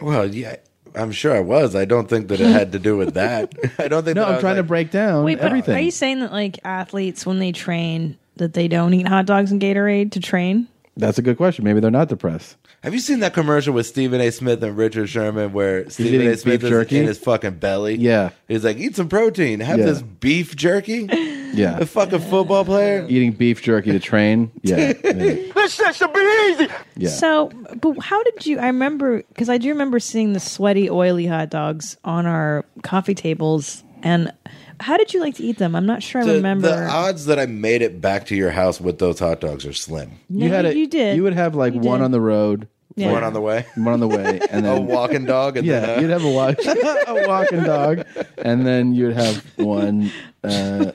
Speaker 11: Well, yeah, I'm sure I was. I don't think that it had to do with that. I don't think.
Speaker 2: No,
Speaker 11: that I
Speaker 2: I'm
Speaker 11: was
Speaker 2: trying to
Speaker 11: like-
Speaker 2: break down
Speaker 3: Wait, but
Speaker 2: everything.
Speaker 3: are you saying that like athletes when they train that they don't eat hot dogs and Gatorade to train?
Speaker 2: That's a good question. Maybe they're not depressed.
Speaker 11: Have you seen that commercial with Stephen A. Smith and Richard Sherman where Stephen
Speaker 2: eating
Speaker 11: A. Smith
Speaker 2: beef
Speaker 11: is
Speaker 2: jerky?
Speaker 11: in his fucking belly?
Speaker 2: Yeah.
Speaker 11: He's like, eat some protein. Have
Speaker 2: Yeah.
Speaker 11: this beef jerky?
Speaker 2: Yeah.
Speaker 11: A fucking football player?
Speaker 2: Eating beef jerky to train. Yeah. yeah.
Speaker 10: This shit should be easy.
Speaker 2: Yeah.
Speaker 3: So, but how did you? I remember because I do remember seeing the sweaty, oily hot dogs on our coffee tables, and how did you like to eat them? I'm not sure. I
Speaker 11: The,
Speaker 3: remember.
Speaker 11: the odds that I made it back to your house with those hot dogs are slim.
Speaker 3: No, You had a- you did.
Speaker 2: You would have like
Speaker 3: You
Speaker 2: one
Speaker 3: did.
Speaker 2: on the road,
Speaker 3: Yeah.
Speaker 11: One on the way.
Speaker 2: one on the way, and then
Speaker 11: a walking dog. And
Speaker 2: yeah,
Speaker 11: then, uh,
Speaker 2: you'd have a walk, a walking dog, and then you'd have one uh,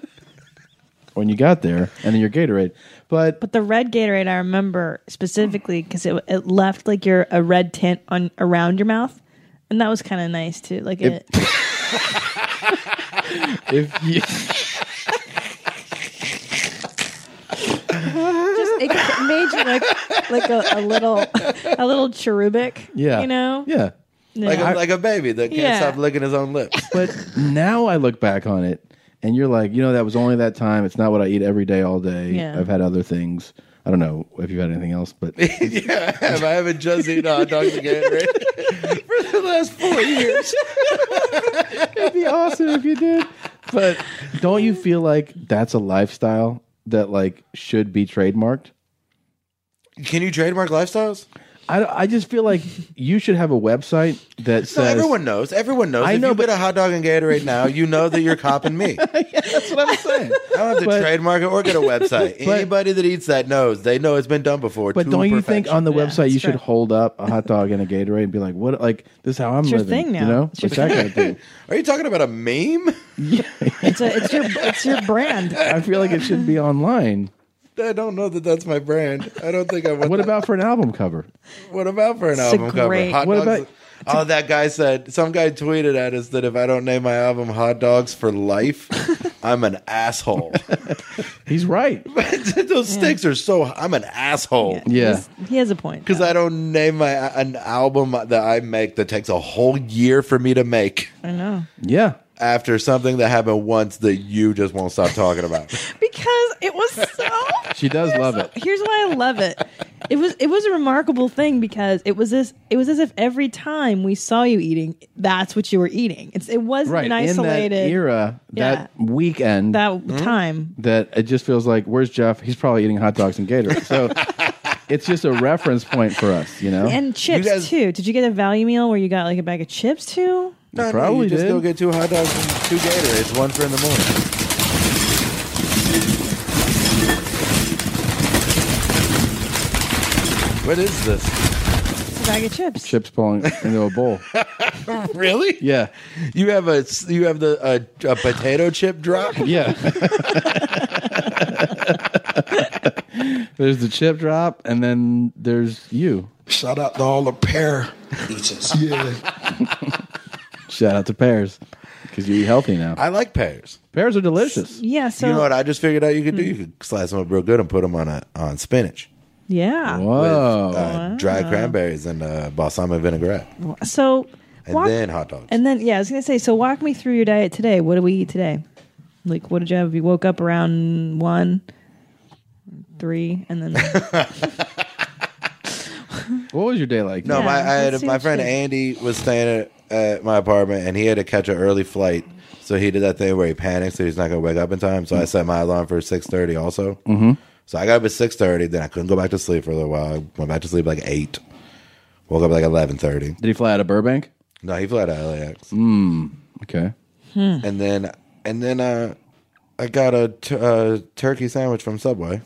Speaker 2: when you got there, and then your Gatorade. But
Speaker 3: but the red Gatorade, I remember specifically because it it left like your a red tint on around your mouth, and that was kind of nice too. Like
Speaker 2: If-
Speaker 3: it,
Speaker 2: if you
Speaker 3: just it made you like like a, a little a little cherubic.
Speaker 2: yeah,
Speaker 3: you know,
Speaker 2: yeah,
Speaker 11: Like,
Speaker 3: Yeah.
Speaker 11: a, like a baby that can't
Speaker 3: Yeah.
Speaker 11: stop licking his own lips.
Speaker 2: But now I look back on it, and you're like, you know, that was only that time. It's not what I eat every day, all day.
Speaker 11: Yeah.
Speaker 2: I've had other things. I don't know if you've had anything else, but
Speaker 11: yeah, I have. I haven't just eaten hot dogs and Gatorade for the last four years.
Speaker 2: It'd be awesome if you did. But don't you feel like that's a lifestyle that like should be trademarked?
Speaker 11: Can you trademark lifestyles?
Speaker 2: I, I just feel like you should have a website that
Speaker 11: No,
Speaker 2: says
Speaker 11: everyone knows. Everyone knows.
Speaker 2: I
Speaker 11: if
Speaker 2: know,
Speaker 11: you get a hot dog and Gatorade now, you know that you're copping me. I
Speaker 2: that's what I'm saying.
Speaker 11: don't have to
Speaker 2: But-
Speaker 11: trademark it or get a website.
Speaker 2: But-
Speaker 11: Anybody that eats that knows. They know it's been done before.
Speaker 2: But
Speaker 11: to
Speaker 2: don't you think
Speaker 11: perfection.
Speaker 2: on the website you should hold up a hot dog and a Gatorade and be like, "What? Like this is how I'm
Speaker 3: It's your
Speaker 2: living,
Speaker 3: thing now.
Speaker 2: You know,
Speaker 3: It's your
Speaker 2: What's that
Speaker 3: thing.
Speaker 2: kind of thing?
Speaker 11: Are you talking about a meme?
Speaker 3: it's a, it's your it's your brand.
Speaker 2: I feel like it should be online.
Speaker 11: I don't know that that's my brand. I don't think I want.
Speaker 2: What
Speaker 11: that.
Speaker 2: about for an album cover?
Speaker 11: What about for an
Speaker 2: It's a
Speaker 11: album cover?
Speaker 2: great-
Speaker 11: Hot
Speaker 2: What
Speaker 11: dogs.
Speaker 2: about-
Speaker 11: Oh, that guy said some guy tweeted at us that if I don't name my album "Hot Dogs for Life," I'm an asshole.
Speaker 2: He's right.
Speaker 11: Those stakes are so. I'm an asshole.
Speaker 3: He's- He has a point.
Speaker 11: Because I don't name my an album that I make that takes a whole year for me to make
Speaker 3: I know.
Speaker 2: Yeah.
Speaker 11: after something that happened once that you just won't stop talking about.
Speaker 3: Because it was so
Speaker 2: She does love it.
Speaker 3: Here's why I love it. It was it was a remarkable thing because it was this it was as if every time we saw you eating, that's what you were eating. It's it wasn't
Speaker 2: Right.
Speaker 3: an isolated
Speaker 2: In that era, that weekend,
Speaker 3: That
Speaker 11: Hmm? Mm-hmm.
Speaker 3: time.
Speaker 2: that it just feels like, where's Jeff? He's probably eating hot dogs and Gatorade. So it's just a reference point for us, you know?
Speaker 3: And chips too. Did you get a value meal where you got like a bag of chips too?
Speaker 11: No, no, you just go get two hot dogs and two Gatorades, one for in the morning. What is this?
Speaker 3: a bag of chips.
Speaker 2: Chips falling into a bowl.
Speaker 11: really?
Speaker 2: Yeah.
Speaker 11: You have a you have the a, a potato chip drop.
Speaker 2: Yeah. there's the chip drop, and then there's you.
Speaker 13: Shout out to all the pear eaters. Yeah.
Speaker 2: Shout out to pears because you eat healthy now.
Speaker 11: I like pears.
Speaker 2: Pears are delicious.
Speaker 3: Yeah. So Hmm.
Speaker 11: you know what? I just figured out you could do. You could slice them up real good and put them on a on spinach.
Speaker 3: yeah.
Speaker 11: With, uh,
Speaker 3: Ah.
Speaker 11: dried cranberries and uh, balsamic vinaigrette,
Speaker 3: So
Speaker 11: and
Speaker 3: walk-
Speaker 11: then hot dogs.
Speaker 3: And then yeah, I was gonna say. So walk me through your diet today. What did we eat today? Like, what did you have? You woke up around one, three, and then
Speaker 2: What was your day like?
Speaker 11: No,
Speaker 3: Yeah,
Speaker 11: my I
Speaker 3: that
Speaker 11: had, my
Speaker 3: seems
Speaker 11: friend
Speaker 3: good.
Speaker 11: Andy was staying at, at my apartment, and he had to catch an early flight. So he did that thing where he panicked, so he's not gonna wake up in time. So I set my alarm for six thirty. Also,
Speaker 2: Mhm.
Speaker 11: so I got up at six thirty. Then I couldn't go back to sleep for a little while. I went back to sleep like eight. Woke up like eleven thirty.
Speaker 2: Did he fly out of Burbank?
Speaker 11: No, he flew out of LAX.
Speaker 2: Mm, okay.
Speaker 11: And then and then uh, I got a t- uh, turkey sandwich from Subway.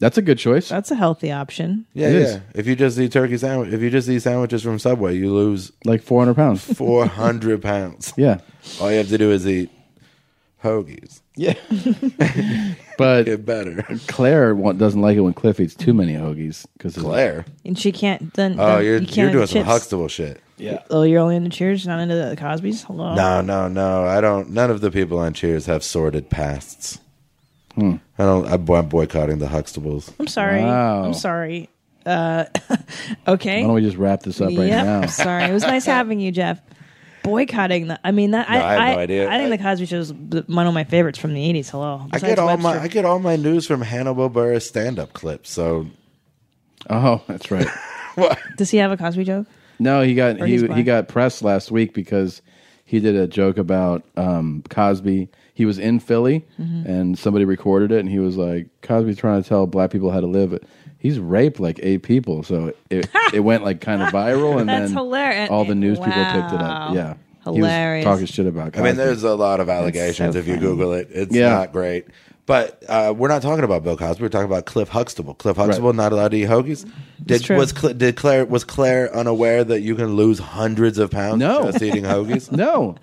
Speaker 2: That's a good choice.
Speaker 3: That's a healthy option.
Speaker 11: Yeah, yeah. If you just eat turkey sandwich, if you just eat sandwiches from Subway, you lose
Speaker 2: like four hundred pounds.
Speaker 11: Four hundred pounds.
Speaker 2: Yeah.
Speaker 11: All you have to do is eat hoagies.
Speaker 2: Yeah. But
Speaker 11: get better.
Speaker 2: Claire wa- doesn't like it when Cliff eats too many hoagies because
Speaker 11: Claire.
Speaker 3: And she can't. Then
Speaker 11: Oh,
Speaker 3: then
Speaker 11: you're
Speaker 3: you
Speaker 11: you
Speaker 3: can't
Speaker 11: are
Speaker 3: have
Speaker 11: doing some
Speaker 3: chips.
Speaker 11: Huxtable shit.
Speaker 2: Yeah.
Speaker 3: Oh, you're only into Cheers, not into the Cosby's. Hello.
Speaker 11: No, no, no. I don't. None of the people on Cheers have sordid pasts.
Speaker 2: Hmm.
Speaker 11: I don't. I'm boy- I'm boycotting the Huxtables.
Speaker 3: I'm sorry.
Speaker 2: Wow.
Speaker 3: I'm sorry. Uh, okay.
Speaker 2: Why don't we just wrap this up right
Speaker 3: Yep,
Speaker 2: now?
Speaker 3: I'm sorry. It was nice having you, Jeff. Boycotting the. I mean, that.
Speaker 11: No, I have
Speaker 3: I
Speaker 11: no idea.
Speaker 3: I think the Cosby Show is the- one of my favorites from the '80s. Hello.
Speaker 11: I get all my I get all my news from Hannibal Burr's stand up clips. So
Speaker 2: Oh, that's right.
Speaker 3: Does he have a Cosby joke?
Speaker 2: No, he got
Speaker 3: Or
Speaker 2: he,
Speaker 3: he's black.
Speaker 2: he got pressed last week because he did a joke about um, Cosby. He was in Philly
Speaker 3: Mhm.
Speaker 2: and somebody recorded it, and he was like, "Cosby's trying to tell black people how to live." He's raped like eight people, so it it went like kind of viral, and
Speaker 3: That's
Speaker 2: then
Speaker 3: hilarious.
Speaker 2: all the news people picked it
Speaker 3: Wow.
Speaker 2: up. Yeah, He was
Speaker 3: Oh, Hilarious.
Speaker 2: Talking shit about.
Speaker 11: I
Speaker 2: Cosby.
Speaker 11: mean, there's a lot of allegations if you Google it. It's
Speaker 2: Yeah.
Speaker 11: not great. But uh, we're not talking about Bill Cosby. We're talking about Cliff Huxtable. Cliff Huxtable not allowed to eat hoagies. Did
Speaker 2: true.
Speaker 11: was Cl- did Claire was Claire unaware that you can lose hundreds of pounds
Speaker 2: No.
Speaker 11: just eating hoagies?
Speaker 2: no.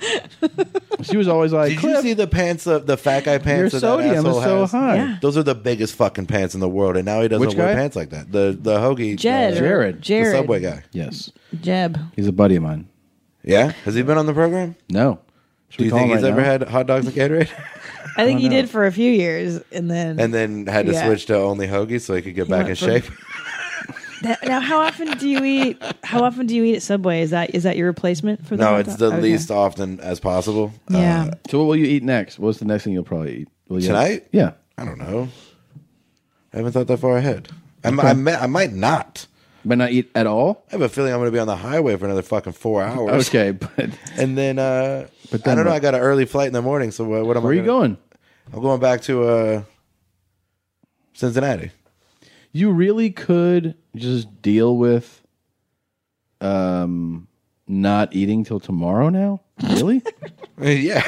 Speaker 2: She was always like,
Speaker 11: Did you see the pants of the fat guy pants?
Speaker 2: Your
Speaker 11: that that
Speaker 2: sodium is
Speaker 11: asshole
Speaker 2: so
Speaker 11: has?
Speaker 2: high. Yeah.
Speaker 11: Those are the biggest fucking pants in the world, and now he doesn't
Speaker 2: Which
Speaker 11: wear
Speaker 2: guy?
Speaker 11: pants like that. The the hoagie
Speaker 3: Jed.
Speaker 11: uh,
Speaker 3: Jared. Jared.
Speaker 11: the subway guy.
Speaker 2: Yes,
Speaker 3: Jeb.
Speaker 2: he's a buddy of mine.
Speaker 11: Yeah, has he been on the program?
Speaker 2: No. Should
Speaker 11: Do
Speaker 2: we
Speaker 11: you
Speaker 2: call
Speaker 11: think
Speaker 2: him
Speaker 11: he's
Speaker 2: right
Speaker 11: ever
Speaker 2: now?
Speaker 11: had hot dogs and Gatorade?
Speaker 3: I think
Speaker 2: Oh,
Speaker 3: he
Speaker 2: no.
Speaker 3: did for a few years, and then.
Speaker 11: and then had to
Speaker 3: Yeah.
Speaker 11: switch to only hoagies so he could get back in
Speaker 3: went
Speaker 11: shape.
Speaker 3: from- That- now, how often do you eat? How often do you eat at Subway? Is that is that your replacement for the
Speaker 11: No,
Speaker 3: hot
Speaker 11: it's
Speaker 3: dog?
Speaker 11: the
Speaker 3: Okay.
Speaker 11: least often as possible. Uh,
Speaker 3: Yeah.
Speaker 2: So what will you eat next? What's the next thing you'll probably eat? Will you
Speaker 11: Tonight?
Speaker 2: Yeah.
Speaker 11: I don't know. I haven't thought that far ahead. I, mi- I, mi- I might not.
Speaker 2: Might not eat at all?
Speaker 11: I have a feeling I'm going to be on the highway for another fucking four hours.
Speaker 2: Okay, but
Speaker 11: And then, uh,
Speaker 2: But
Speaker 11: but
Speaker 2: then
Speaker 11: I don't know.
Speaker 2: what?
Speaker 11: I got an early flight in the morning. So what, what am
Speaker 2: where
Speaker 11: I
Speaker 2: are you going?
Speaker 11: I'm going back to uh, Cincinnati.
Speaker 2: You really could just deal with um not eating till tomorrow now? Really?
Speaker 11: Uh, yeah.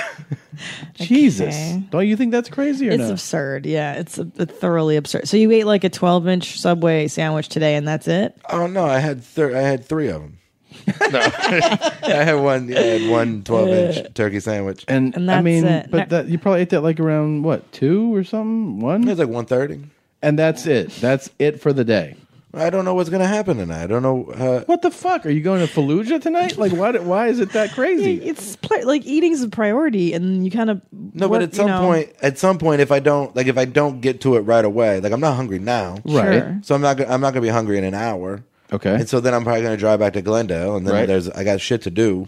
Speaker 2: Jesus. Don't you think that's crazy or
Speaker 3: It's
Speaker 2: no?
Speaker 3: absurd. Yeah, it's a, thoroughly absurd. So you ate like a 12 inch Subway sandwich today, and that's it.
Speaker 11: Oh no, I had thir- I had three of them. no, I had one. I had one 12 inch turkey sandwich,
Speaker 2: and,
Speaker 3: And
Speaker 2: I
Speaker 3: that's
Speaker 2: mean,
Speaker 3: it.
Speaker 2: but that you probably ate that like around what, two or something? One?
Speaker 11: it's like one thirty.
Speaker 2: And that's it. That's it for the day.
Speaker 11: I don't know what's going to happen tonight. I don't know. Uh,
Speaker 2: what the fuck? Are you going to Fallujah tonight? Like, why? Why is it that crazy?
Speaker 3: It's pl- like eating's a priority, and you kind of
Speaker 11: No, but at some point, at some point, if I don't like, if I don't get to it right away, like I'm not hungry now,
Speaker 2: Right. Sure.
Speaker 11: So I'm not, gonna- I'm not gonna be hungry in an hour.
Speaker 2: Okay.
Speaker 11: And so then I'm probably gonna drive back to Glendale, and then
Speaker 2: Right.
Speaker 11: there's I got shit to do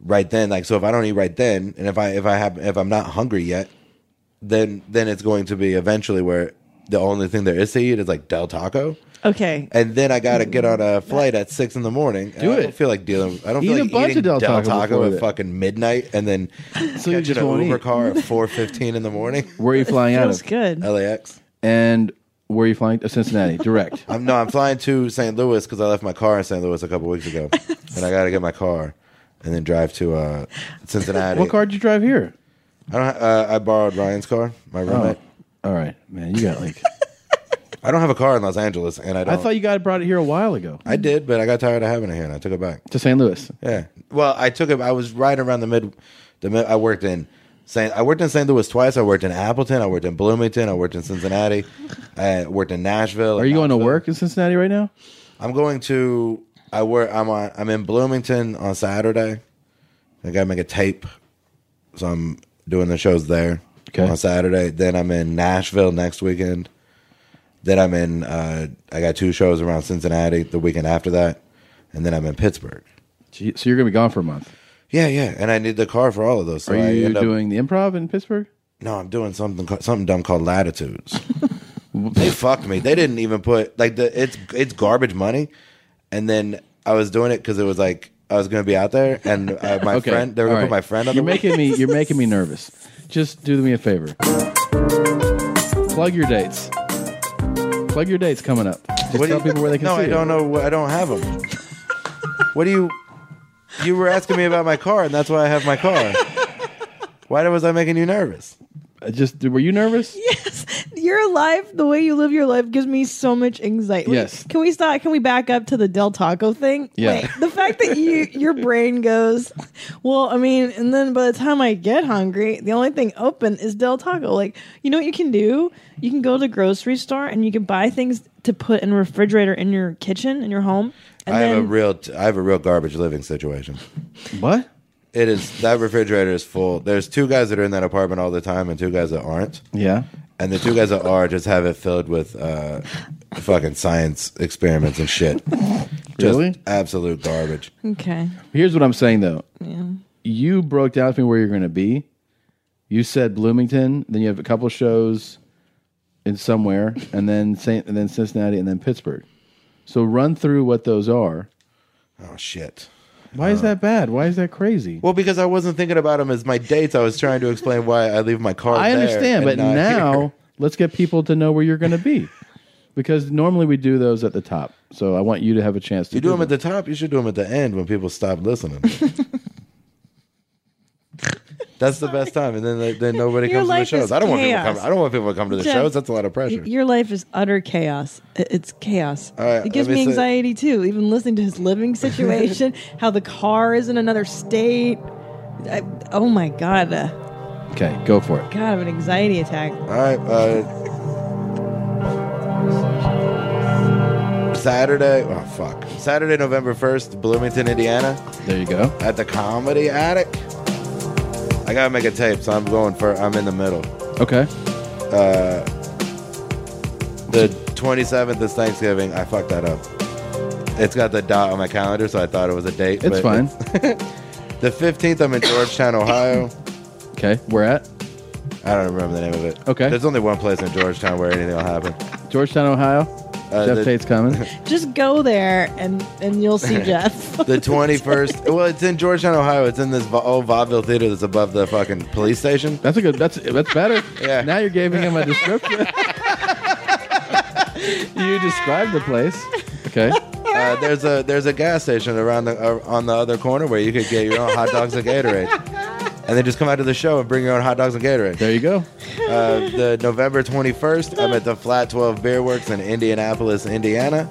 Speaker 11: right then. Like, so if I don't eat right then, and if I if I have if I'm not hungry yet, then then it's going to be eventually where the only thing there is to eat is like Del Taco.
Speaker 3: Okay.
Speaker 11: And then I gotta get on a flight at six in the morning. and
Speaker 2: Mm. Do
Speaker 11: I
Speaker 2: it.
Speaker 11: don't feel like dealing. I don't
Speaker 2: Eat
Speaker 11: feel
Speaker 2: a
Speaker 11: like
Speaker 2: bunch
Speaker 11: eating
Speaker 2: of Del Taco before
Speaker 11: at
Speaker 2: that.
Speaker 11: fucking midnight, and then so
Speaker 2: you
Speaker 11: catching
Speaker 2: just
Speaker 11: an
Speaker 2: won't
Speaker 11: Uber
Speaker 2: eat.
Speaker 11: car at four fifteen in the morning.
Speaker 2: Where are you flying out of?
Speaker 3: good.
Speaker 11: LAX.
Speaker 2: And where are you flying? Uh, Cincinnati, direct.
Speaker 11: I'm no, I'm flying to St. Louis because I left my car in St. Louis a couple weeks ago, and I gotta get my car and then drive to uh, Cincinnati.
Speaker 2: what car did you drive here?
Speaker 11: I don't. ha- Uh, I borrowed Ryan's car, my roommate.
Speaker 2: Oh, All right, man, you got like.
Speaker 11: I don't have a car in Los Angeles, and I
Speaker 2: I,
Speaker 11: don't.
Speaker 2: thought you got brought it here a while ago
Speaker 11: I did, but I got tired of having it here, and I took it back.
Speaker 2: to St. Louis.
Speaker 11: Yeah. Well, I took it. I was right around the mid. The mid, I worked in. St. I worked in St. Louis twice. I worked in Appleton. I worked in Bloomington. I worked in Cincinnati. I worked in Nashville.
Speaker 2: Are you going to work in Cincinnati right now?
Speaker 11: I'm going to. I work. I'm on. I'm in Bloomington on Saturday. I gotta make a tape, so I'm doing the shows there on Saturday. Then I'm in Nashville next weekend. Then I'm in. Uh, I got two shows around Cincinnati the weekend after that, and then I'm in Pittsburgh.
Speaker 2: Gee, So you're gonna be gone for a month.
Speaker 11: Yeah, yeah. And I need the car for all of those. So
Speaker 2: Are
Speaker 11: I
Speaker 2: you
Speaker 11: end up-
Speaker 2: doing the improv in Pittsburgh?
Speaker 11: No, I'm doing something ca- something dumb called latitudes. they fucked me. They didn't even put like the it's it's garbage money. And then I was doing it because it was like I was going to be out there, and uh, my
Speaker 2: Okay,
Speaker 11: friend they were
Speaker 2: all
Speaker 11: going to put
Speaker 2: right.
Speaker 11: my friend on.
Speaker 2: You're
Speaker 11: the
Speaker 2: making me. You're making me nervous. Just do me a favor. Plug your dates. Plug your dates coming up.
Speaker 11: What
Speaker 2: Just
Speaker 11: do
Speaker 2: tell
Speaker 11: you-
Speaker 2: people where they can
Speaker 11: no,
Speaker 2: see
Speaker 11: I don't know. wh- I don't have them. what do you? You were asking me about my car, and that's why I have my car. Why was I making you nervous?
Speaker 2: Just were you nervous?
Speaker 3: Your life, the way you live your life, gives me so much anxiety. Wait,
Speaker 2: Yes.
Speaker 3: Can we stop? Can we back up to the Del Taco thing?
Speaker 2: Yeah.
Speaker 3: Wait, the fact that you your brain goes, well, I mean, and then by the time I get hungry, the only thing open is Del Taco. Like, you know what you can do? You can go to the grocery store and you can buy things to put in a refrigerator in your kitchen in your home. And
Speaker 11: I
Speaker 3: then,
Speaker 11: have a real, t- I have a real garbage living situation.
Speaker 2: What?
Speaker 11: It is that refrigerator is full. There's two guys that are in that apartment all the time, and two guys that aren't.
Speaker 2: Yeah.
Speaker 11: And the two guys that are just have it filled with uh, fucking science experiments and shit. Just
Speaker 2: Really?
Speaker 11: Absolute garbage.
Speaker 3: okay.
Speaker 2: Here's what I'm saying though.
Speaker 3: Yeah.
Speaker 2: You broke down to me where you're going to be. You said Bloomington. Then you have a couple shows in somewhere, and then Saint, and then Cincinnati, and then Pittsburgh. So run through what those are.
Speaker 11: Oh shit. Uh,
Speaker 2: Why is that bad? Why is that crazy?
Speaker 11: Well, because I wasn't thinking about them as my dates, I was trying to explain why I leave my car.
Speaker 2: I
Speaker 11: there
Speaker 2: understand, but
Speaker 11: and not
Speaker 2: now
Speaker 11: here.
Speaker 2: let's get people to know where you're going to be, because normally we do those at the top. So I want you to have a chance to
Speaker 11: you do them
Speaker 2: them.
Speaker 11: at the top. You should do them at the end when people stop listening. That's the best time, and then then nobody
Speaker 3: Your
Speaker 11: comes to the
Speaker 3: life
Speaker 11: shows.
Speaker 3: is
Speaker 11: I don't want people to
Speaker 3: chaos.
Speaker 11: come. I don't want people to come to the
Speaker 3: Jeff,
Speaker 11: shows. That's a lot of pressure.
Speaker 3: Y- Your life is utter chaos. I- It's chaos.
Speaker 11: All right,
Speaker 3: it gives
Speaker 11: let me
Speaker 3: me
Speaker 11: say-
Speaker 3: anxiety too. Even listening to his living situation, how the car is in another state. I, oh my god! Uh,
Speaker 2: Okay, go for it.
Speaker 3: god, I have an anxiety attack.
Speaker 11: All right. Uh, Saturday. Oh fuck. Saturday, November first, Bloomington, Indiana.
Speaker 2: There you go.
Speaker 11: At the Comedy Attic. I gotta make a tape, so I'm going for. I'm in the middle.
Speaker 2: Okay.
Speaker 11: Uh, the 27th is Thanksgiving. I fucked that up. It's got the dot on my calendar, so I thought it was a date.
Speaker 2: It's
Speaker 11: but
Speaker 2: fine.
Speaker 11: it's- the 15th, I'm in Georgetown, Ohio.
Speaker 2: Okay, where at?
Speaker 11: I don't remember the name of it.
Speaker 2: Okay.
Speaker 11: There's only one place in Georgetown where anything will happen.
Speaker 2: Georgetown, Ohio.
Speaker 11: Uh,
Speaker 2: Jeff
Speaker 11: the-
Speaker 2: Tate's coming.
Speaker 3: Just go there, and and you'll see Jeff.
Speaker 11: the 21st. Well, it's in Georgetown, Ohio. It's in this va- old vaudeville theater that's above the fucking police station.
Speaker 2: That's a good. That's that's better.
Speaker 11: Yeah.
Speaker 2: Now you're giving him a description. you described the place. Okay.
Speaker 11: Uh, there's a there's a gas station around the uh, on the other corner where you could get your own hot dogs and Gatorade, and then just come out to the show and bring your own hot dogs and Gatorade.
Speaker 2: There you go.
Speaker 11: Uh, the November 21st, I'm at the Flat 12 Beer Works in Indianapolis, Indiana,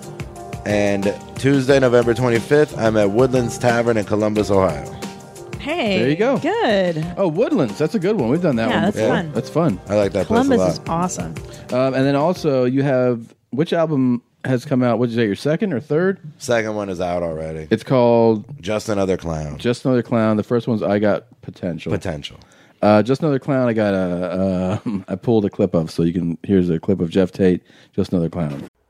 Speaker 11: and Tuesday, November 25th, I'm at Woodlands Tavern in Columbus, Ohio.
Speaker 3: Hey,
Speaker 2: There you go.
Speaker 3: Good.
Speaker 2: Oh, Woodlands. That's a good one. We've done that
Speaker 3: Yeah,
Speaker 2: one.
Speaker 3: that's
Speaker 2: before.
Speaker 3: fun.
Speaker 2: That's fun.
Speaker 11: I like that
Speaker 3: Columbus is awesome.
Speaker 2: Um, and then also you have which album has come out. What'd you say? Your second or third?
Speaker 11: Second one is out already.
Speaker 2: It's called
Speaker 11: Just Another Clown.
Speaker 2: Just Another Clown. The first one's I Got Potential.
Speaker 11: Potential.
Speaker 2: Uh, Just Another Clown. I got a. Uh, I pulled a clip of, so you can. Here's a clip of Jeff Tate. Just Another Clown.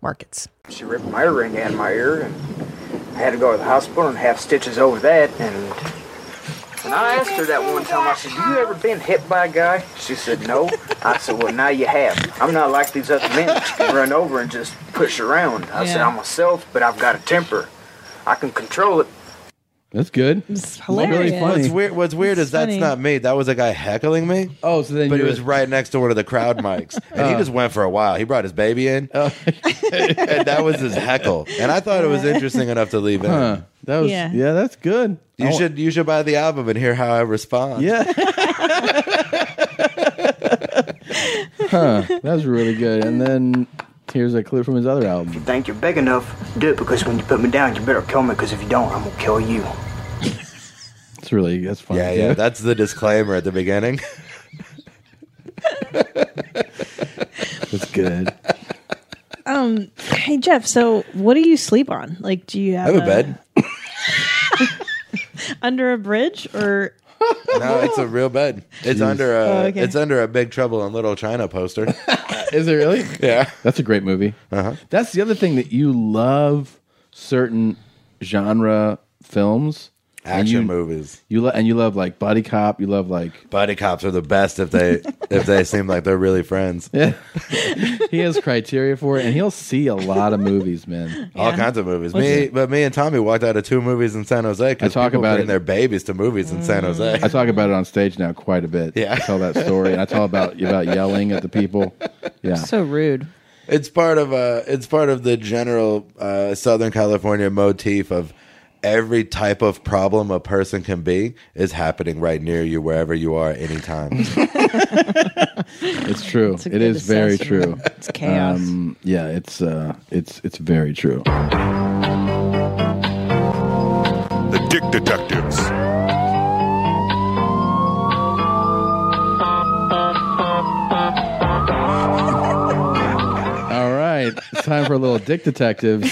Speaker 12: markets.
Speaker 14: She ripped my ring and my ear, and I had to go to the hospital and have stitches over that. And when I asked her that one time, I said, "You ever been hit by a guy?" She said, "No." I said, "Well, now you have. I'm not like these other men that you can run over and just push around." I said,
Speaker 12: Yeah.
Speaker 14: "I'm myself, but I've got a temper. I can control it."
Speaker 2: That's good.
Speaker 12: It's
Speaker 11: Really funny. What's weird, what's weird is that's
Speaker 14: funny.
Speaker 11: not me. That was a guy heckling me.
Speaker 2: Oh, so then
Speaker 11: but
Speaker 2: you
Speaker 11: it
Speaker 2: were-
Speaker 11: was right next to one of the crowd mics, and he
Speaker 2: Oh.
Speaker 11: just went for a while. He brought his baby in, and that was his heckle. And I thought it was interesting enough to leave it.
Speaker 2: Huh.
Speaker 11: in.
Speaker 2: That was yeah. that's good.
Speaker 11: You should you should buy the album and hear how I respond.
Speaker 2: Yeah. Huh. That was really good. And then here's a clip from his other album.
Speaker 14: you think you're big enough, do it because when you put me down, you better kill me because if you don't, I'm gonna kill you.
Speaker 2: It's really that's funny.
Speaker 11: Yeah, yeah.
Speaker 2: too.
Speaker 11: That's the disclaimer at the beginning.
Speaker 2: that's good.
Speaker 3: Um, hey Jeff, so what do you sleep on? Like, do you have,
Speaker 11: I have a bed.
Speaker 3: under a bridge or?
Speaker 11: No, it's a real bed. It's
Speaker 2: Jeez.
Speaker 11: under a
Speaker 3: Oh, okay.
Speaker 11: it's under a Big Trouble in Little China poster.
Speaker 2: Is it really?
Speaker 11: yeah,
Speaker 2: that's a great movie. Uh-huh. That's the other thing that you love certain genre films, And
Speaker 11: Action
Speaker 2: you-
Speaker 11: movies.
Speaker 2: You lo- and you love like buddy cop. You love like
Speaker 11: Buddy cops are the best if they if they seem like they're really friends.
Speaker 2: Yeah. he has criteria for it, and he'll see a lot of movies, man.
Speaker 11: All kinds of movies. Me, but me and Tommy walked out of two movies in San Jose because
Speaker 2: I talk
Speaker 11: people
Speaker 2: about
Speaker 11: bring
Speaker 2: it. Mm.
Speaker 11: their babies to movies in San Jose.
Speaker 2: I talk about it on stage now quite a bit. Yeah, I tell that story, and I tell about about yelling at the people. Yeah,
Speaker 3: rude.
Speaker 11: It's part of uh it's part of the general uh, Southern California motif of every type of problem a person can be is happening right near you wherever you are anytime.
Speaker 2: it's true.
Speaker 11: It's a
Speaker 2: It
Speaker 11: good
Speaker 2: is very
Speaker 11: assessment.
Speaker 2: true.
Speaker 11: It's chaos.
Speaker 2: Um, yeah, it's uh, it's it's very true.
Speaker 7: The Dick Detectives.
Speaker 2: All right, it's time for a little dick detective.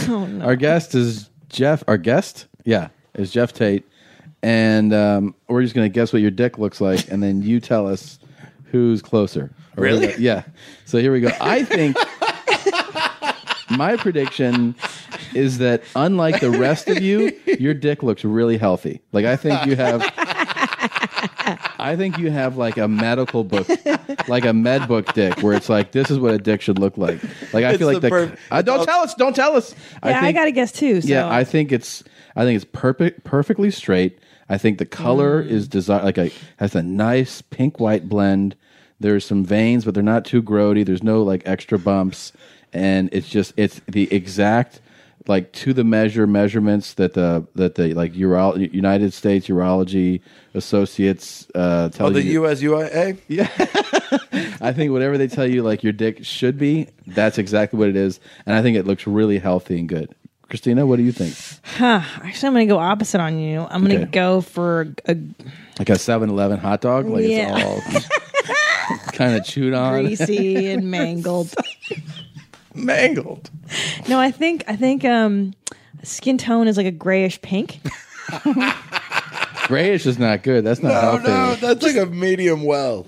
Speaker 2: Our guest is Jeff. Our guest, yeah, is Jeff Tate, and um, we're just gonna guess what your dick looks like, and then you tell us who's closer. Or
Speaker 5: Really?
Speaker 2: who- yeah. So here we go. I think my prediction is that unlike the rest of you, your dick looks really healthy. Like I think you have. I think you have like a medical book, like a med book dick, where it's like this is what a dick should look like. Like I
Speaker 5: It's
Speaker 2: feel like
Speaker 5: the
Speaker 2: the,
Speaker 5: perf-
Speaker 2: I, don't tell us, don't tell us.
Speaker 3: Yeah, I,
Speaker 2: think-
Speaker 3: gotta guess too. So.
Speaker 2: yeah, I think it's I think it's perfect, perfectly straight. I think the color is designed like a has a nice pink white blend. There's some veins, but they're not too grody. There's no like extra bumps, and it's just it's the exact like to the measure measurements that the that the like uro- United States Urology Associates uh, tell
Speaker 11: oh, the
Speaker 2: you.
Speaker 11: USUIA?
Speaker 2: Yeah. I think whatever they tell you like your dick should be, that's exactly what it is, and I think it looks really healthy and good. Christina, what do you think?
Speaker 3: Huh. Actually, I'm gonna go opposite on you. I'm gonna
Speaker 2: Okay.
Speaker 3: go for a
Speaker 2: like a 7-Eleven hot dog, like
Speaker 3: Yeah.
Speaker 2: it's all kind of chewed on,
Speaker 3: greasy and mangled.
Speaker 2: mangled.
Speaker 3: No, I think I think um, skin tone is like a grayish pink.
Speaker 2: Grayish is not good. That's not
Speaker 11: No,
Speaker 2: healthy.
Speaker 11: no, that's like a medium well.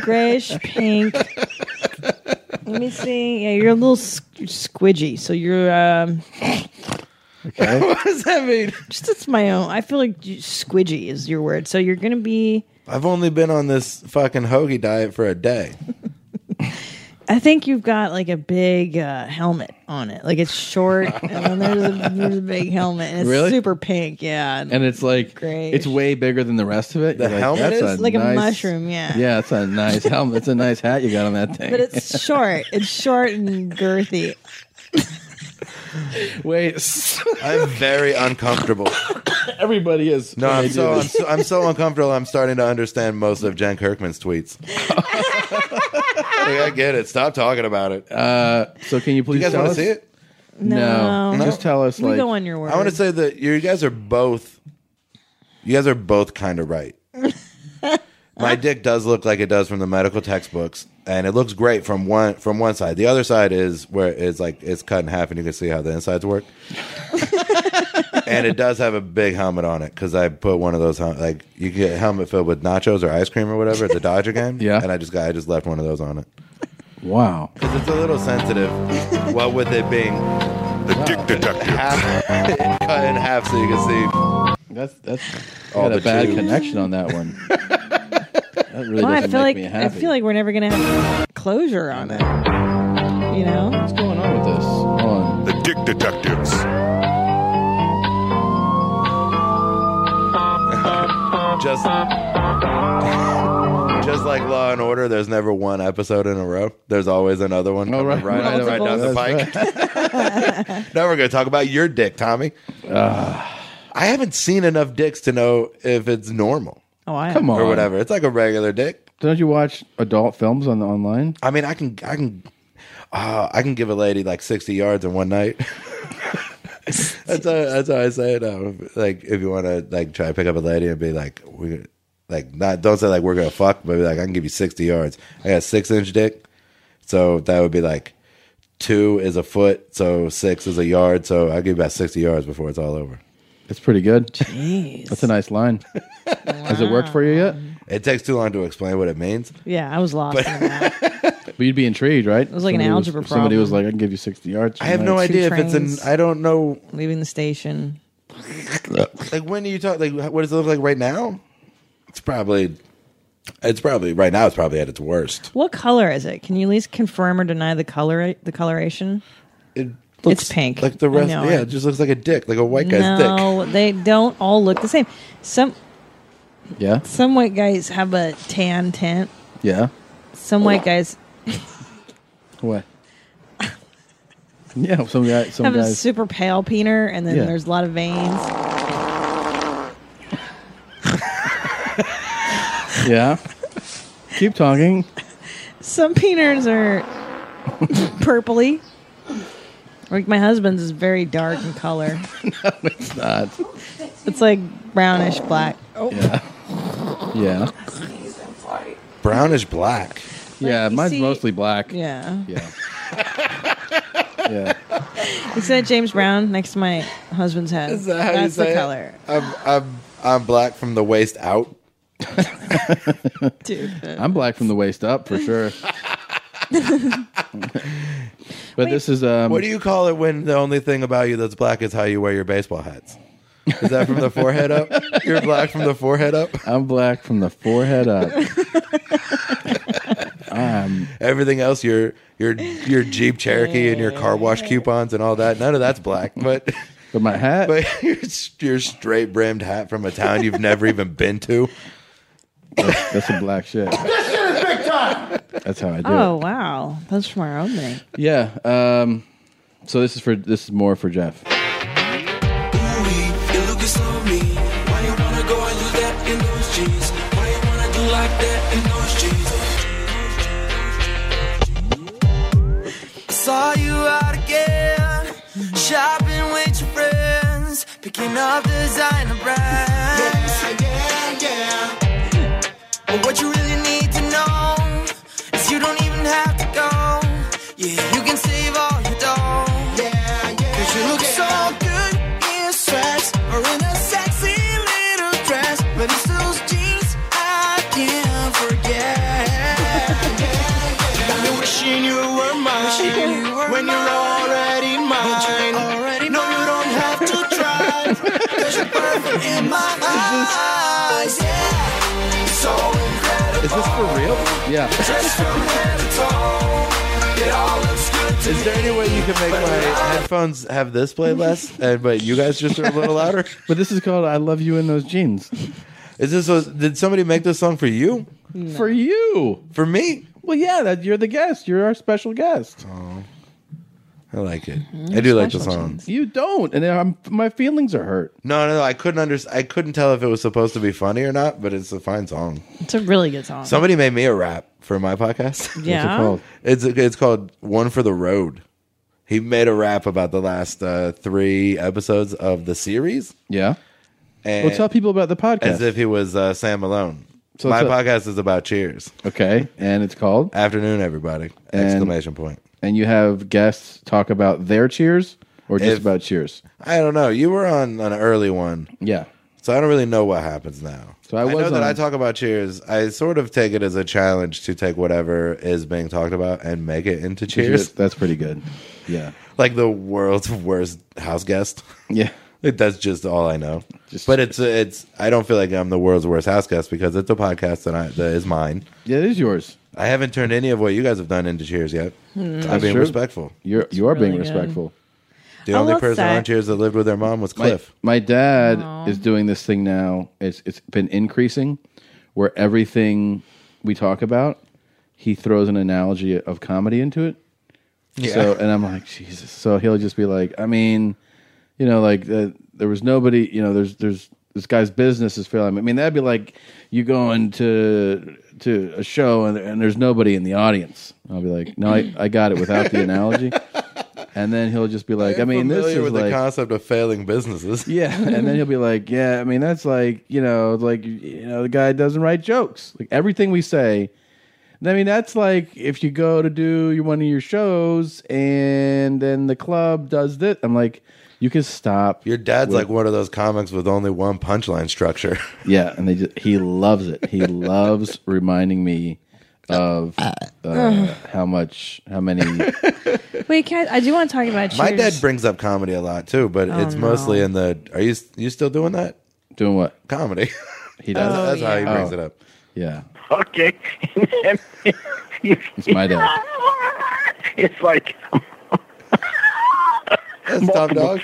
Speaker 3: grayish pink. Let me see. Yeah, you're a little squ- squidgy, so you're um,
Speaker 2: Okay.
Speaker 11: what does that mean?
Speaker 3: Just it's my own. I feel like you- squidgy is your word. So you're gonna be.
Speaker 11: I've only been on this fucking hoagie diet for a day.
Speaker 3: I think you've got like a big uh, helmet on it. Like it's short, and then there's a, there's a big helmet, and it's
Speaker 2: Really?
Speaker 3: super pink. Yeah,
Speaker 2: And it's like
Speaker 3: Great.
Speaker 2: it's way bigger than the rest of it.
Speaker 11: The helmet
Speaker 2: that's
Speaker 11: is?
Speaker 3: like a
Speaker 2: nice-
Speaker 3: mushroom. Yeah.
Speaker 2: Yeah, it's a nice helmet. It's a nice hat you got on that thing.
Speaker 3: But it's short. It's short and girthy.
Speaker 2: Wait,
Speaker 11: I'm very uncomfortable.
Speaker 2: Everybody is.
Speaker 11: No,
Speaker 2: when
Speaker 11: I'm
Speaker 2: they do
Speaker 11: so, I'm
Speaker 2: this.
Speaker 11: so I'm so uncomfortable. I'm starting to understand most of Jen Kirkman's tweets. Like, I get it. Stop talking about it.
Speaker 2: Uh, so can you please
Speaker 11: You guys
Speaker 2: tell
Speaker 11: want to
Speaker 2: us?
Speaker 11: see it?
Speaker 2: No. No. Just tell us, We like- go on
Speaker 3: your
Speaker 11: I want to say that you guys are both. You guys are both kind of right. My dick does look like it does from the medical textbooks, and it looks great from one from one side. The other side is where it's like it's cut in half, and you can see how the insides work. and it does have a big helmet on it because I put one of those hel- like you get a helmet filled with nachos or ice cream or whatever at the Dodger game. Yeah, and I just got I just left one of those on it.
Speaker 2: Wow,
Speaker 11: because it's a little sensitive. what with it being the dick detective half, cut in half so you can see.
Speaker 2: That's that's
Speaker 11: all
Speaker 2: got
Speaker 11: the
Speaker 2: a bad
Speaker 11: tubes.
Speaker 2: connection on that one. that really
Speaker 3: Well, I
Speaker 2: doesn't
Speaker 3: feel
Speaker 2: make
Speaker 3: like
Speaker 2: me
Speaker 3: I
Speaker 2: happy.
Speaker 3: feel like we're never gonna have closure on it. You know what's
Speaker 2: going on with this?
Speaker 3: Oh,
Speaker 2: Hold on.
Speaker 7: The Dick Detectives.
Speaker 11: just just like Law and Order, there's never one episode in a row. There's always another one
Speaker 2: Oh,
Speaker 11: coming right, right, right, down the pike. now we're going to talk about your dick, Tommy.
Speaker 2: Ah.
Speaker 11: I haven't seen enough dicks to know if it's normal.
Speaker 3: Oh, I
Speaker 2: Come on.
Speaker 11: or whatever. It's like a regular dick.
Speaker 2: Don't you watch adult films on the online?
Speaker 11: I mean, I can, I can, uh, I can give a lady like sixty yards in one night. that's how, that's how I say it. Now. Like, if you want to like try to pick up a lady and be like, we, like not don't say like we're gonna fuck, but be like I can give you sixty yards. I got a six inch dick, so that would be like two is a foot, so six is a yard, so I will give you about sixty yards before it's all over.
Speaker 2: It's pretty good.
Speaker 3: Jeez.
Speaker 2: That's a nice line. Has it worked for you yet?
Speaker 11: It takes too long to explain what it means.
Speaker 3: Yeah, I was lost. in that.
Speaker 2: But you'd be intrigued, right? It
Speaker 3: was like an algebra
Speaker 2: Somebody
Speaker 3: problem.
Speaker 2: was like, "I can give you sixty yards."
Speaker 11: I have no
Speaker 2: tonight."
Speaker 11: idea if it's an.
Speaker 3: trains.
Speaker 11: I don't know.
Speaker 3: Leaving the station.
Speaker 11: like when do you talk? Like what does it look like right now? It's probably. It's probably right now. It's probably at its worst.
Speaker 3: What color is it? Can you at least confirm or deny the color the coloration?
Speaker 11: It
Speaker 3: it's pink.
Speaker 11: Like the
Speaker 3: I
Speaker 11: rest,
Speaker 3: know
Speaker 11: yeah,
Speaker 3: it.
Speaker 11: it just looks like a dick, like a white guy's dick.
Speaker 3: no, they don't all look the same. Some
Speaker 2: Yeah,
Speaker 3: some white guys have a tan tint.
Speaker 2: yeah.
Speaker 3: Some white guys
Speaker 2: What? yeah, some guy. Some
Speaker 3: have a
Speaker 2: guys.
Speaker 3: super pale peener, and then
Speaker 2: Yeah.
Speaker 3: there's a lot of veins.
Speaker 2: yeah. Keep talking.
Speaker 3: Some peeners are purpley. Like my husband's is very dark in color.
Speaker 2: no, it's not.
Speaker 3: It's like brownish black. Oh,
Speaker 2: Yeah. Yeah.
Speaker 11: Brownish black.
Speaker 2: Yeah,
Speaker 3: you
Speaker 2: mine's
Speaker 3: see-
Speaker 2: mostly black.
Speaker 3: yeah.
Speaker 2: Yeah. yeah.
Speaker 3: You said James Brown next to my husband's head.
Speaker 11: Is that how you
Speaker 3: That's the
Speaker 11: say it?
Speaker 3: color.
Speaker 11: I'm, I'm, I'm black from the waist out.
Speaker 3: Dude.
Speaker 2: I'm black from the waist up for sure. but this is um.
Speaker 11: what do you call it when the only thing about you that's black is how you wear your baseball hats? Is that from the forehead up? You're black from the forehead up.
Speaker 2: I'm black from the forehead up. I'm
Speaker 11: Everything else, your your your Jeep Cherokee and your car wash coupons and all that, none of that's black. But
Speaker 2: but my hat,
Speaker 11: but your, your straight brimmed hat from a town you've never even been to.
Speaker 2: That's, that's some black shit.
Speaker 13: This shit is big time.
Speaker 2: That's how I do
Speaker 3: Oh wow, that's from our opening.
Speaker 2: it. Yeah. Um. So this is for this is more for Jeff.
Speaker 5: You look so mean. Why you wanna go and do that in those jeans? Why you wanna do like that in those jeans? Saw you out again, shopping with your friends, picking up designer brands. Yeah, yeah, But what you really need to know is you don't even have to go. Yeah, you can save all your dough. Yeah, yeah. Cause you look so good in sweats or in a sexy little dress. But it's those jeans I can't forget. Got me wishing you were mine. When you're already mine. No, you don't have to 'Cause you're perfect in my eyes. Yeah. So incredible.
Speaker 11: Is this for real?
Speaker 2: Yeah.
Speaker 5: Just from head to toe, it all looks good to
Speaker 11: Is there any way you can make my headphones have this play less, and but you guys just are a little louder?
Speaker 2: But this is called "I Love You in Those Jeans."
Speaker 11: Is this? Was, did somebody make this song for you?
Speaker 2: For you?
Speaker 11: For me?
Speaker 2: Well, yeah. That you're the guest. You're our special guest.
Speaker 11: Oh, I like it. I do like the
Speaker 2: Special
Speaker 11: song.
Speaker 2: jeans. You don't, and I'm, my feelings are hurt.
Speaker 11: No, no, no. I couldn't under, I couldn't tell if it was supposed to be funny or not, but it's a fine song.
Speaker 3: It's a really good song.
Speaker 11: Somebody made me a rap for my podcast. What's it
Speaker 3: Yeah?
Speaker 11: called? It's it's called One for the Road. He made a rap about the last uh, three episodes of the series.
Speaker 2: Yeah.
Speaker 11: And
Speaker 2: Well, tell people about the podcast.
Speaker 11: as if he was uh, Sam Malone.
Speaker 2: So
Speaker 11: my
Speaker 2: it's a-
Speaker 11: podcast is about Cheers.
Speaker 2: Okay, and it's called
Speaker 11: Afternoon, everybody!
Speaker 2: And-
Speaker 11: Exclamation point.
Speaker 2: And you have guests talk about their cheers or just
Speaker 11: If-
Speaker 2: about cheers.
Speaker 11: I don't know. You were on an early one.
Speaker 2: Yeah.
Speaker 11: So I don't really know what happens now. So
Speaker 2: I
Speaker 11: know
Speaker 2: was
Speaker 11: that
Speaker 2: on-
Speaker 11: I talk about cheers. I sort of take it as a challenge to take whatever is being talked about and make it into cheers.
Speaker 2: That's pretty good. Yeah.
Speaker 11: Like the world's worst house guest.
Speaker 2: Yeah.
Speaker 11: Like, that's just all I know. but it's it's I don't feel like I'm the world's worst house guest because it's a podcast that I that is mine.
Speaker 2: Yeah, it is yours.
Speaker 11: I haven't turned any of what you guys have done into cheers yet.
Speaker 2: Mm.
Speaker 11: I'm
Speaker 2: That's
Speaker 11: being
Speaker 2: true.
Speaker 11: respectful.
Speaker 2: You're you are being respectful.
Speaker 11: The
Speaker 2: I
Speaker 11: only
Speaker 2: love
Speaker 11: person
Speaker 2: that.
Speaker 11: on cheers that lived with their mom was
Speaker 2: My-
Speaker 11: Cliff.
Speaker 2: My, dad
Speaker 11: Aw.
Speaker 2: is doing this thing now. It's it's been increasing, where everything we talk about, he throws an analogy of comedy into it.
Speaker 11: Yeah.
Speaker 2: So and I'm like Jesus. So he'll just be like, I mean, you know, like uh, there was nobody. You know, there's there's this guy's business is failing. I mean, that'd be like you going to to a show and, and there's nobody in the audience. I'll be like, no, I, I got it without the analogy. And then he'll just be like, I,
Speaker 11: am
Speaker 2: mean, this
Speaker 11: familiar
Speaker 2: is
Speaker 11: with
Speaker 2: like
Speaker 11: the concept of failing businesses.
Speaker 2: yeah, and then he'll be like, "Yeah, I mean, that's like you know, like you know, the guy doesn't write jokes. Like everything we say. I mean, that's like if you go to do your one of your shows, and then the club does this. I'm like, you can stop.
Speaker 11: Your dad's
Speaker 2: with-
Speaker 11: like one of those comics with only one punchline structure.
Speaker 2: yeah, and they just he loves it. He loves reminding me of uh, how much, how many.
Speaker 3: Wait, can I, I do want to talk about cheers.
Speaker 11: My dad brings up comedy a lot too, but
Speaker 3: Oh,
Speaker 11: it's mostly in the. Are you you still doing that?
Speaker 2: Doing what?
Speaker 11: Comedy.
Speaker 2: He
Speaker 11: That's,
Speaker 2: does. Oh,
Speaker 11: that's how he
Speaker 2: yeah.
Speaker 11: brings
Speaker 2: Oh.
Speaker 11: it up.
Speaker 2: Yeah,
Speaker 15: Okay. it's
Speaker 2: my dad.
Speaker 15: It's like
Speaker 11: That's top dog.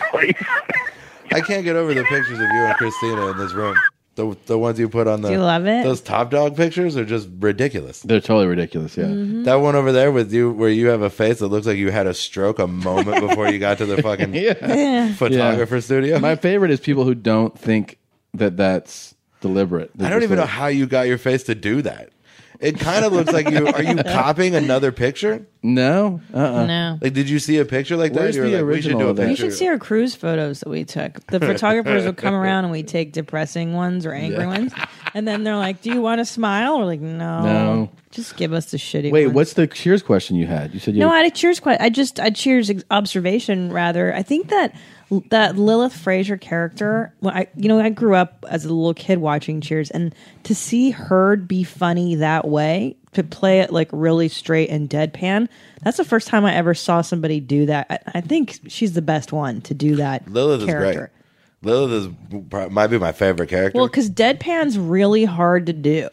Speaker 11: I can't get over the pictures of you and Christina in this room. The the ones you put on the.
Speaker 3: Do you love it?
Speaker 11: Those top dog pictures are just ridiculous.
Speaker 2: They're totally ridiculous. Yeah.
Speaker 3: Mm-hmm.
Speaker 11: That one over there with you, where you have a face that looks like you had a stroke a moment before you got to the fucking
Speaker 2: Yeah.
Speaker 11: photographer studio.
Speaker 2: My favorite is people who don't think that that's deliberate. They're
Speaker 11: I don't
Speaker 2: just
Speaker 11: even know
Speaker 2: like-
Speaker 11: how you got your face to do that. It kind of looks like you. Are you copying another picture?
Speaker 2: No. Uh-uh.
Speaker 3: No.
Speaker 11: Like, did you see a picture like
Speaker 2: Where's
Speaker 11: that? You were
Speaker 2: the
Speaker 11: like, we should
Speaker 2: original
Speaker 11: do a
Speaker 2: of that?
Speaker 3: You
Speaker 11: picture.
Speaker 3: should see our cruise photos that we took. The photographers would come around and we take depressing ones or angry
Speaker 2: Yeah.
Speaker 3: ones, and then they're like, "Do you want to smile?" We're like, "No,
Speaker 2: No.
Speaker 3: Oh, just give us the shitty."
Speaker 2: Wait,
Speaker 3: ones."
Speaker 2: what's the cheers question you had? You said you
Speaker 3: No, I had a cheers. Quite, I just I cheers ex- observation rather. I think that that Lilith Fraser character. When I, you know, I grew up as a little kid watching Cheers, and to see her be funny that way, to play it like really straight and deadpan. That's the first time I ever saw somebody do that. I, I think she's the best one to do that.
Speaker 11: Lilith
Speaker 3: character.
Speaker 11: is great. Lilith is pro- might be my favorite character.
Speaker 3: Well, because deadpan's really hard to do.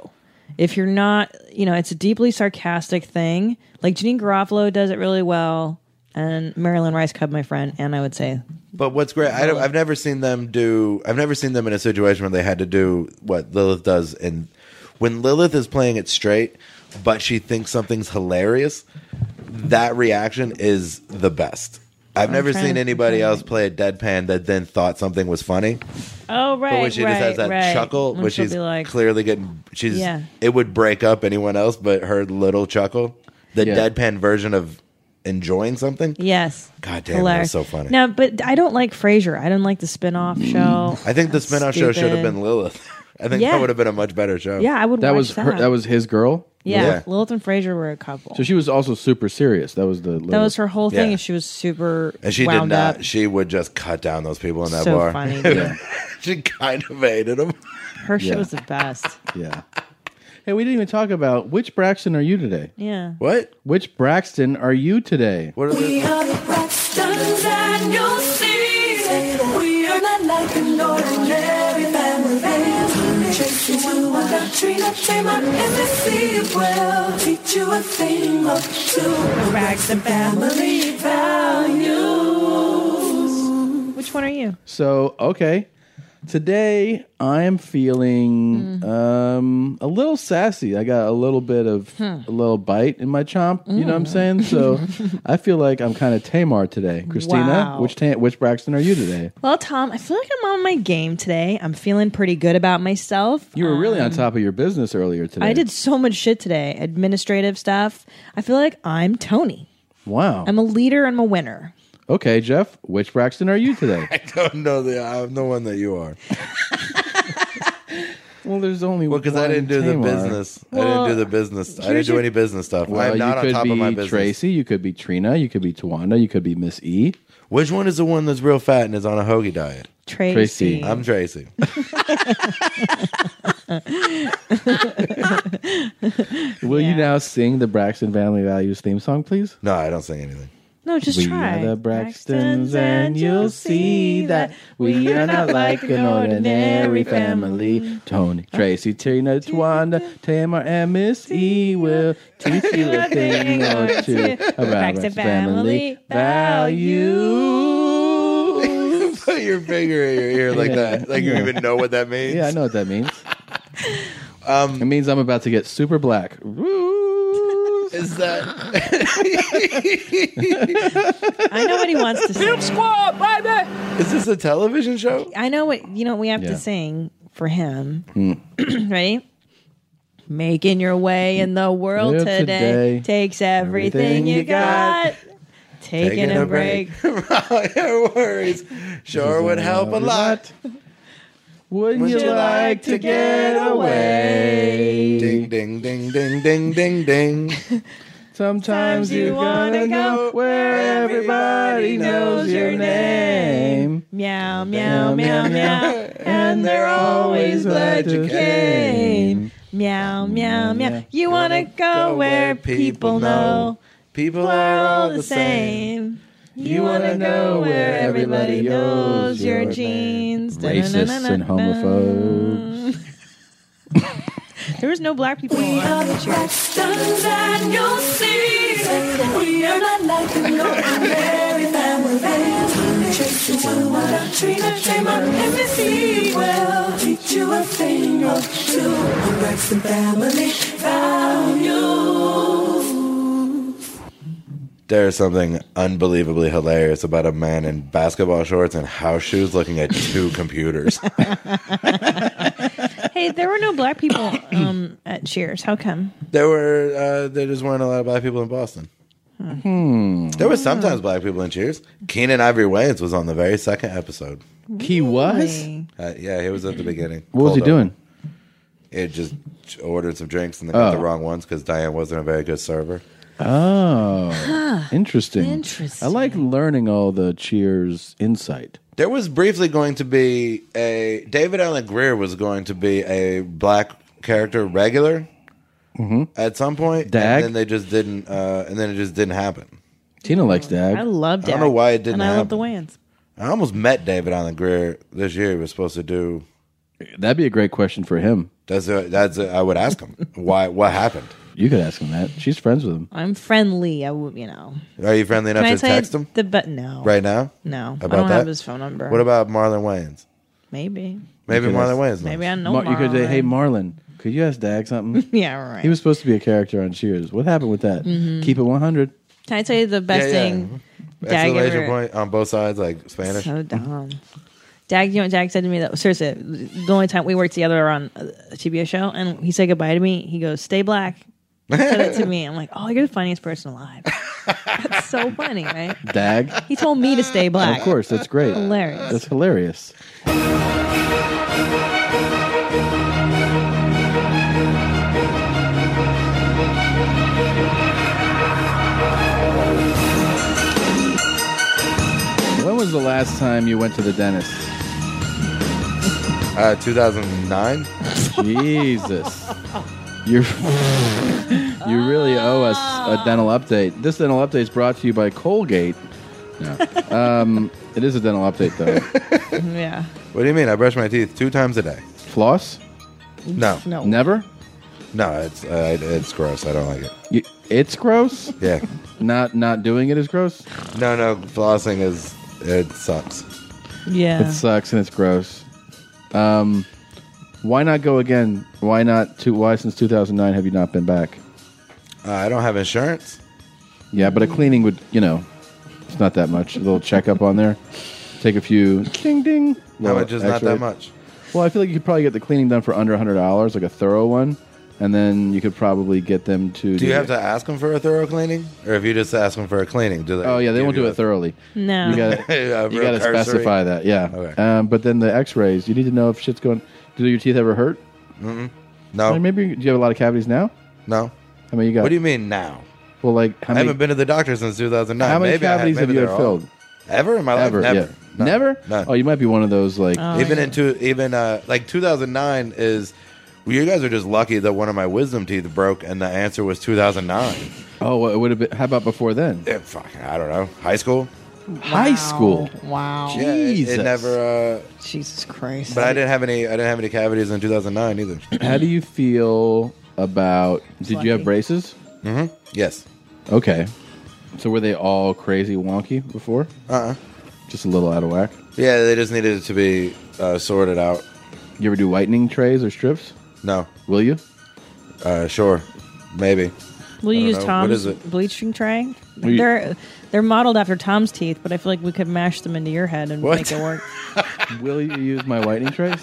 Speaker 3: If you're not, you know, it's a deeply sarcastic thing. Like Janine Garofalo does it really well, and Marilyn Rice Cub, my friend, and I would say
Speaker 11: but what's great, I don't, I've never seen them do. I've never seen them in a situation where they had to do what Lilith does, and when Lilith is playing it straight, but she thinks something's hilarious. That reaction is the best. I've
Speaker 3: I'm
Speaker 11: never
Speaker 3: trying
Speaker 11: seen
Speaker 3: to-
Speaker 11: anybody else play a deadpan that then thought something was funny.
Speaker 3: "Oh right,
Speaker 11: but when she
Speaker 3: right,
Speaker 11: just has that
Speaker 3: right.
Speaker 11: chuckle,
Speaker 3: When
Speaker 11: when
Speaker 3: she'll
Speaker 11: she's
Speaker 3: be like,
Speaker 11: clearly getting, she's
Speaker 3: Yeah.
Speaker 11: it would break up anyone else, but her little chuckle, the
Speaker 3: Yeah.
Speaker 11: deadpan version of enjoying something.
Speaker 3: "Yes,
Speaker 11: God damn,
Speaker 3: hilarious.
Speaker 11: that's so funny. Mm.
Speaker 3: No, but I don't like Frasier. I don't like the spin-off show.
Speaker 11: I think the spin-off show should have
Speaker 3: stupid.
Speaker 11: been Lilith. I think
Speaker 3: Yeah.
Speaker 11: that would have been a much better show.
Speaker 3: Yeah, I would
Speaker 2: That
Speaker 3: watch
Speaker 2: was
Speaker 3: that.
Speaker 2: her, that was his girl.
Speaker 3: yeah, Lilith and Frasier were a couple.
Speaker 2: So she was also super serious. That was the
Speaker 3: that was her whole thing,
Speaker 11: Yeah.
Speaker 3: and she was super
Speaker 11: and she did
Speaker 3: wound
Speaker 11: not.
Speaker 3: up.
Speaker 11: She would just cut down those people in that
Speaker 3: So
Speaker 11: bar.
Speaker 3: funny,
Speaker 2: dude.
Speaker 11: she kind of hated them.
Speaker 3: Her shit
Speaker 2: Yeah.
Speaker 3: was the best.
Speaker 2: Yeah. Hey, we didn't even talk about which Braxton are you today?
Speaker 3: Yeah.
Speaker 11: What?
Speaker 2: Which Braxton are you today?
Speaker 11: What
Speaker 5: We are the Braxtons and you'll see. We are not like
Speaker 16: a thing of embassy will teach you a thing or two. Rags and family values.
Speaker 12: Which one are you?
Speaker 2: So, okay. Today I am feeling
Speaker 3: Mm.
Speaker 2: um, a little sassy. I got a little bit of
Speaker 3: Hmm. Mm.
Speaker 2: a little bite in my chomp. You know what I'm saying? So I feel like I'm kind of Tamar today. Christina,
Speaker 3: Wow.
Speaker 2: which ta- which Braxton are you today?
Speaker 3: Well, Tom, I feel like I'm on my game today. I'm feeling pretty good about myself.
Speaker 2: You were really on top of your business earlier today.
Speaker 3: Um, I did so much shit today, administrative stuff. I feel like I'm Tony.
Speaker 2: Wow.
Speaker 3: I'm a leader. I'm a winner.
Speaker 2: okay, Jeff, which Braxton are you today?
Speaker 11: I don't know the I'm the one that you are.
Speaker 2: well, there's only
Speaker 11: well because I
Speaker 2: one
Speaker 11: didn't do the
Speaker 2: Tamar.
Speaker 11: business. I
Speaker 2: Well,
Speaker 11: didn't do the business. I didn't
Speaker 2: here's
Speaker 11: do
Speaker 2: your-
Speaker 11: any business stuff.
Speaker 2: uh, Well,
Speaker 11: I'm not
Speaker 2: you
Speaker 11: on
Speaker 2: could
Speaker 11: top
Speaker 2: be
Speaker 11: of my business.
Speaker 2: Tracy, you could be Trina, you could be Tawanda, you could be Miss E.
Speaker 11: Which one is the one that's real fat and is on a hoagie diet?
Speaker 3: Tracy. Tracy.
Speaker 11: I'm Tracy.
Speaker 2: Will you now sing the Braxton Family Values theme song, please?
Speaker 11: No, I don't sing anything.
Speaker 3: No, just
Speaker 2: we
Speaker 3: try.
Speaker 2: are the Braxtons, and you'll see that we are not like an ordinary family. Tony, Tracy, Tina, Twanda, Tamar, and Miss E will teach you a thing or two about
Speaker 11: Braxton
Speaker 2: Braxton family values.
Speaker 11: Put your finger in your ear like that. Like you
Speaker 2: Yeah.
Speaker 11: even know what that means. Um,
Speaker 2: Yeah, I know what that means. it means I'm about to get super black.
Speaker 11: Is that
Speaker 3: I know what he wants to sing. Pimp
Speaker 11: squad, baby. Is this a television show?
Speaker 3: I know what you know. what We have
Speaker 11: Yeah.
Speaker 3: to sing for him.
Speaker 11: Hmm.
Speaker 3: Ready? Making your way in the world
Speaker 11: Yeah,
Speaker 3: today,
Speaker 11: today.
Speaker 3: takes everything,
Speaker 11: Everything
Speaker 3: you
Speaker 11: you
Speaker 3: got. Taking, a, break.
Speaker 11: no worries. Sure would help a lot.
Speaker 2: Wouldn't
Speaker 11: Would
Speaker 2: you like to get away?
Speaker 11: Ding, ding, ding, ding, ding, ding, ding.
Speaker 2: Sometimes you wanna go where everybody knows your name.
Speaker 3: Meow, meow, meow, meow. And they're always glad you came. Meow, meow, meow. You want to go where people know
Speaker 11: People
Speaker 3: are all the same. You want to go where everybody knows your genes.
Speaker 2: Racists and homophobes.
Speaker 3: There was no black people.
Speaker 16: We are the Braxtons and you'll see that we are not like an ordinary family. Tracy, Tawanda, Trina, Jama, MSC will teach you a thing or two. on Braxton family values.
Speaker 11: There's something unbelievably hilarious about a man in basketball shorts and house shoes looking at two computers.
Speaker 3: Hey, there were no black people um, at Cheers. How come?
Speaker 11: There were uh, there just weren't a lot of black people in Boston.
Speaker 2: Hmm.
Speaker 11: There were sometimes black people in Cheers. Keenan Ivory Wayans was on the very second episode.
Speaker 2: He was?
Speaker 3: Really? Mm-hmm.
Speaker 11: Uh, yeah, he was at the beginning.
Speaker 2: What was he
Speaker 11: Cold open.
Speaker 2: doing?
Speaker 11: It just ordered some drinks and they got
Speaker 2: Oh.
Speaker 11: the wrong ones because Diane wasn't a very good server.
Speaker 2: Oh,
Speaker 11: Huh.
Speaker 2: interesting.
Speaker 11: Interesting.
Speaker 2: I like learning all the Cheers insight.
Speaker 11: There was briefly going to be a David Allen Greer was going to be a black character regular
Speaker 2: hmm
Speaker 11: at some point, and
Speaker 2: Dag?
Speaker 11: then they just didn't. Uh, and then it just didn't happen.
Speaker 2: Tina likes Dag.
Speaker 3: I love
Speaker 11: I
Speaker 3: Dag.
Speaker 11: don't know why it didn't
Speaker 3: And I love the
Speaker 11: happen.
Speaker 3: Wayans.
Speaker 11: I almost met David Allen Greer this year. He was supposed to do.
Speaker 2: That'd be a great question for him.
Speaker 11: That's a, that's a, I would ask him why what happened.
Speaker 2: You could ask him that. She's friends with him.
Speaker 3: I'm friendly. I w- you know.
Speaker 11: Are you friendly enough
Speaker 3: Can I
Speaker 11: to
Speaker 3: tell you
Speaker 11: text him
Speaker 3: The but no.
Speaker 11: right now?
Speaker 3: No, I
Speaker 11: about
Speaker 3: don't
Speaker 11: that.
Speaker 3: have his phone number.
Speaker 11: What about Marlon Wayans?
Speaker 3: Maybe.
Speaker 11: Maybe
Speaker 2: You could
Speaker 11: Marlon Wayans. knows.
Speaker 2: ask-
Speaker 3: Maybe I know
Speaker 2: Mar- You could say, "Hey,
Speaker 3: Marlon."
Speaker 2: Marlon, could you ask Dag something?"
Speaker 3: Yeah, right.
Speaker 2: He was supposed to be a character on Cheers. What happened with that?
Speaker 3: Mhm.
Speaker 2: Keep it one hundred.
Speaker 3: Can I tell you the best
Speaker 11: Yeah, yeah.
Speaker 3: thing? Dag
Speaker 11: Exclamation
Speaker 3: ever-
Speaker 11: point on both sides, like Spanish.
Speaker 3: So dumb. Dag, you know, what Dag said to me that seriously, the only time we worked together on a TBS show, and he said goodbye to me. He goes, "Stay black." He said it to me. I'm like, "Oh, you're the funniest person alive." That's so funny, right?
Speaker 2: Dag.
Speaker 3: He told me to stay black.
Speaker 2: Of course, that's great.
Speaker 3: Hilarious.
Speaker 2: That's hilarious. When was the last time you went to the dentist?
Speaker 11: Uh, 2009.
Speaker 2: Jesus. You're, you really owe us a dental update. This dental update is brought to you by Colgate. No. Um, it is a dental update, though.
Speaker 3: yeah.
Speaker 11: What do you mean? I brush my teeth two times a day.
Speaker 2: Floss?
Speaker 11: No.
Speaker 3: No.
Speaker 2: Never?
Speaker 11: No, it's uh, it's gross. I don't like it.
Speaker 2: You, it's gross.
Speaker 11: Yeah.
Speaker 2: not not doing it is gross.
Speaker 11: No, no, flossing is it sucks.
Speaker 3: Yeah.
Speaker 2: It sucks and it's gross. Um, why not go again? Why not? Two, why since 2009 have you not been back?
Speaker 11: Uh, I don't have insurance.
Speaker 2: Yeah, but a cleaning would, you know, it's not that much. A little checkup on there. Take a few. Ding ding.
Speaker 11: How
Speaker 2: Little
Speaker 11: much is not that
Speaker 2: x-ray.
Speaker 11: much?
Speaker 2: Well, I feel like you could probably get the cleaning done for under hundred dollars, like a thorough one, and then you could probably get them to.
Speaker 11: Do you have to ask them for a thorough cleaning, or if you just ask them for a cleaning, do they?
Speaker 2: Oh yeah, they
Speaker 11: give
Speaker 2: won't
Speaker 11: you
Speaker 2: do
Speaker 11: a-
Speaker 2: it thoroughly.
Speaker 3: No.
Speaker 2: you got
Speaker 11: A
Speaker 2: to you
Speaker 11: real
Speaker 2: got to
Speaker 11: cursory?
Speaker 2: specify that. Yeah. Um, but then the X-rays, you need to know if shit's going. Do your teeth ever hurt?
Speaker 11: Mm-mm. No.
Speaker 2: Like, maybe do you have a lot of cavities now?
Speaker 11: No.
Speaker 2: How many you got?
Speaker 11: What do you mean now?
Speaker 2: Well, like
Speaker 11: I
Speaker 2: how many?
Speaker 11: haven't been to the doctor since 2009.
Speaker 2: how many
Speaker 11: Maybe I had-
Speaker 2: cavities have
Speaker 11: maybe
Speaker 2: you
Speaker 11: they're
Speaker 2: had
Speaker 11: all-
Speaker 2: filled?
Speaker 11: Ever in my
Speaker 2: Ever?
Speaker 11: life?
Speaker 2: yeah.
Speaker 11: Never.
Speaker 2: Never? Oh, you might be one of those like
Speaker 11: even in two, even uh, like 2009 is. Well, you guys are just lucky that one of my wisdom teeth broke, and the answer was 2009.
Speaker 2: Oh, well, it would have been. How about before then?
Speaker 11: Yeah, fucking, I don't know. High school.
Speaker 2: High school.
Speaker 3: Wow.
Speaker 11: Yeah, it- It,
Speaker 2: Jesus.
Speaker 11: never. Uh,
Speaker 3: Jesus Christ.
Speaker 11: but I didn't have any. I didn't have any cavities in 2009 either.
Speaker 2: How do you feel about? Did you have
Speaker 11: Lucky.
Speaker 2: braces?
Speaker 11: Mm-hmm. Yes.
Speaker 2: Okay. So were they all crazy wonky before?
Speaker 11: Uh. uh
Speaker 2: Just a little out of whack.
Speaker 11: Yeah, they just needed it to be uh, sorted out.
Speaker 2: You ever do whitening trays or strips?
Speaker 11: No.
Speaker 2: Will you?
Speaker 11: Uh, sure. Maybe.
Speaker 3: Will
Speaker 11: I
Speaker 3: you
Speaker 11: don't
Speaker 3: use
Speaker 11: know. What
Speaker 3: Tom's
Speaker 11: is it?
Speaker 3: bleaching tray?
Speaker 11: Will you-
Speaker 3: They're they're modeled after Tom's teeth, but I feel like we could mash them into your head and
Speaker 11: What?
Speaker 3: make it work.
Speaker 2: Will you use my whitening trays?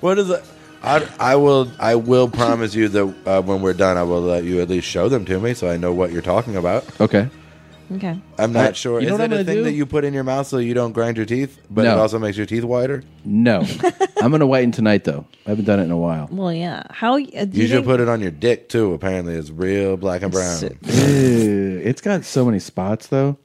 Speaker 11: What is it? I, I will I will promise you that uh, when we're done, I will let you at least show them to me so I know what you're talking about.
Speaker 2: Okay.
Speaker 3: Okay.
Speaker 11: I'm not sure.
Speaker 2: you know
Speaker 11: is
Speaker 2: what I'm
Speaker 11: it a
Speaker 2: gonna
Speaker 11: thing
Speaker 2: do?
Speaker 11: that you put in your mouth so you don't grind your teeth, but
Speaker 2: No.
Speaker 11: it also makes your teeth whiter?
Speaker 2: No. I'm gonna whiten tonight though. I haven't done it in a while.
Speaker 3: Well, yeah. How uh, do you,
Speaker 11: You, should
Speaker 3: think-
Speaker 11: put it on your dick too. Apparently, it's real black and brown.
Speaker 2: Ew, it's got so many spots though.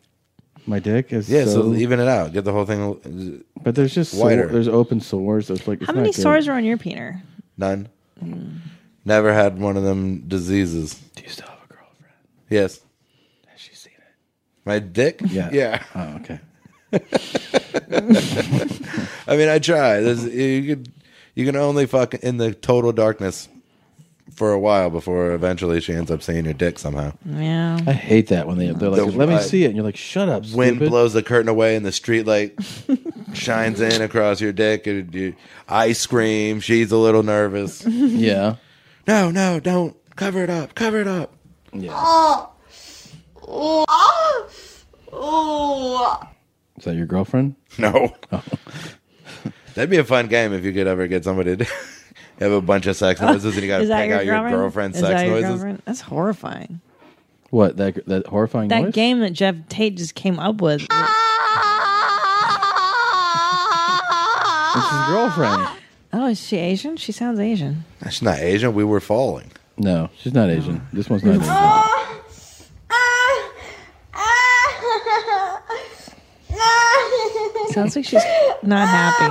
Speaker 2: My dick is
Speaker 11: yeah, so,
Speaker 2: so-
Speaker 11: even it out. Get the whole thing.
Speaker 2: But there's just sore,
Speaker 11: Whiter.
Speaker 2: there's open sores. There's like it's
Speaker 3: How
Speaker 2: not
Speaker 3: many
Speaker 2: good. Mm.
Speaker 3: stars are on your peener?
Speaker 11: None. Never had one of them diseases. Do
Speaker 2: you still have a girlfriend?
Speaker 11: Yes. Has she seen it? My dick?
Speaker 2: Yeah.
Speaker 11: Yeah.
Speaker 2: Oh, okay.
Speaker 11: I mean, I try. There's, you could, you can only fuck in the total darkness for a while before eventually she ends up seeing your dick somehow.
Speaker 3: Yeah.
Speaker 2: I hate that when they they're like,
Speaker 11: The-
Speaker 2: let me
Speaker 11: I-
Speaker 2: see it, and you're like, shut up,
Speaker 11: Wind
Speaker 2: stupid."
Speaker 11: blows the curtain away and the street light shines in across your dick. And you, I scream. She's a little nervous.
Speaker 2: Yeah.
Speaker 11: No, no, don't cover it up. Cover it up.
Speaker 2: Yeah.
Speaker 16: Oh. Oh. Oh.
Speaker 2: Is that your girlfriend? Oh.
Speaker 11: No. That'd be a fun game if you could ever get somebody to have a bunch of sex noises and you got to
Speaker 3: Is that
Speaker 11: pick out your
Speaker 3: girlfriend?
Speaker 11: girlfriend's
Speaker 3: Is
Speaker 11: sex
Speaker 3: that your
Speaker 11: noises.
Speaker 3: girlfriend? That's horrifying.
Speaker 2: What that that horrifying
Speaker 3: that
Speaker 2: noise?
Speaker 3: game that Jeff Tate just came up with. Oh,
Speaker 2: It's his girlfriend.
Speaker 3: Oh, is she Asian? She sounds Asian.
Speaker 11: She's not Asian. We were falling.
Speaker 2: No, she's not Asian. This one's not Asian.
Speaker 3: Sounds like she's not happy.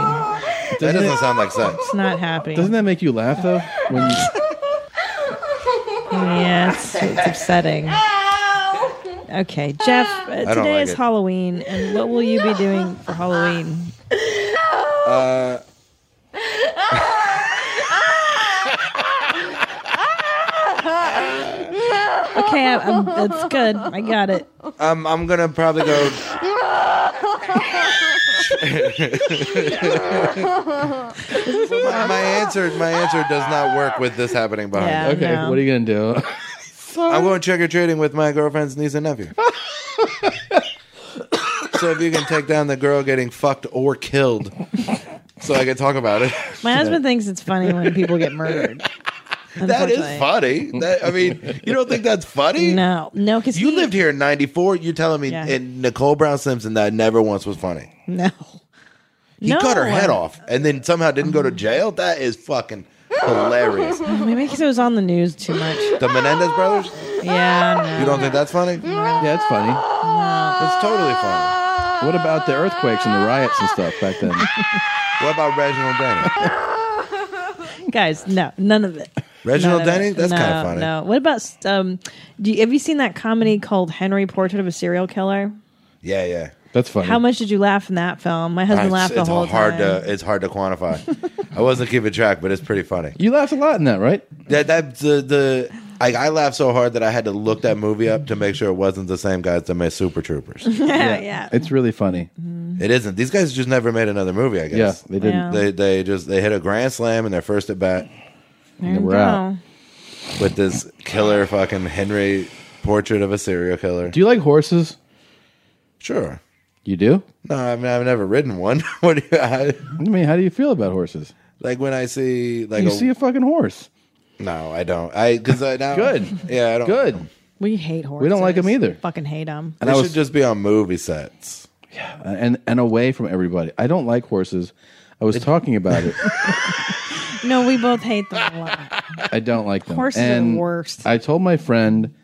Speaker 11: That doesn't sound like sex.
Speaker 3: It's not happy.
Speaker 2: Doesn't that make you laugh though? When you,
Speaker 3: Yeah, it's, it's upsetting. Okay, Jeff. Uh,
Speaker 11: I don't
Speaker 3: today
Speaker 11: like
Speaker 3: is
Speaker 11: it.
Speaker 3: Halloween, and what will you be doing for Halloween?
Speaker 11: Uh,
Speaker 3: Okay, I, I'm, it's good. I got it.
Speaker 11: um, I'm gonna probably go. my, my answer, my answer does not work with this happening behind.
Speaker 2: Yeah,
Speaker 11: me.
Speaker 2: Okay, no. what are you gonna do?
Speaker 11: I'm going trick or treating with my girlfriend's niece and nephew. so if you can take down the girl getting fucked or killed, so I can talk about it.
Speaker 3: My husband thinks it's funny when people get murdered.
Speaker 11: That
Speaker 3: Unfortunately.
Speaker 11: is funny. That, I mean, you don't think that's funny?
Speaker 3: No, no, because
Speaker 11: you lived here in '94. You're telling me
Speaker 3: Yeah.
Speaker 11: in Nicole Brown Simpson that never once was funny.
Speaker 3: No.
Speaker 11: He cut her head off and then somehow didn't go to jail. That is fucking hilarious.
Speaker 3: Maybe because it was on the news too much.
Speaker 11: The Menendez brothers?
Speaker 3: Yeah,
Speaker 11: You don't think that's funny?
Speaker 2: Yeah, it's funny.
Speaker 11: It's totally funny.
Speaker 2: What about the earthquakes and the riots and stuff back then?
Speaker 11: What about Reginald Denny?
Speaker 3: guys, no, none of it.
Speaker 11: Reginald
Speaker 3: None of
Speaker 11: Denny?
Speaker 3: it.
Speaker 11: That's
Speaker 3: no,
Speaker 11: kind of funny.
Speaker 3: No, what about um? Do you, have you seen that comedy called Henry Portrait of a Serial Killer?
Speaker 11: Yeah, yeah.
Speaker 2: That's funny. Ah,
Speaker 3: How much did you laugh in that film? My husband
Speaker 11: It's-
Speaker 3: laughed the
Speaker 11: it's
Speaker 3: whole
Speaker 11: hard
Speaker 3: time.
Speaker 11: To, it's hard to quantify. I wasn't keeping track, but it's pretty funny.
Speaker 2: You laughed a lot in that, right?
Speaker 11: That that the the I, I laughed so hard that I had to look that movie up to make sure it wasn't the same guys that made Super Troopers.
Speaker 3: yeah, yeah.
Speaker 2: It's really funny.
Speaker 11: It isn't. These guys just never made another movie. I guess.
Speaker 2: Yeah, they didn't. Yeah.
Speaker 11: They they just they hit a grand slam in their first at bat.
Speaker 3: There you go.
Speaker 11: with this killer fucking Henry portrait of a serial killer.
Speaker 2: Do you like horses?
Speaker 11: Sure.
Speaker 2: You do?
Speaker 11: No, I mean I've never ridden one. what do you? I,
Speaker 2: I mean, how do you feel about horses?
Speaker 11: Like when I see like
Speaker 2: you
Speaker 11: a,
Speaker 2: see a fucking horse.
Speaker 11: No, I don't. I because I now
Speaker 2: Good.
Speaker 11: Yeah, I don't.
Speaker 2: Good.
Speaker 3: We hate horses.
Speaker 2: We don't like 'em either.
Speaker 3: Fucking hate them.
Speaker 11: They should just be on movie sets.
Speaker 2: Yeah, and and away from everybody. I don't like horses. I was talking about it.
Speaker 3: No, we both hate them a lot.
Speaker 2: I don't like them.
Speaker 3: Horses are the
Speaker 2: and
Speaker 3: worst.
Speaker 2: I told my friend,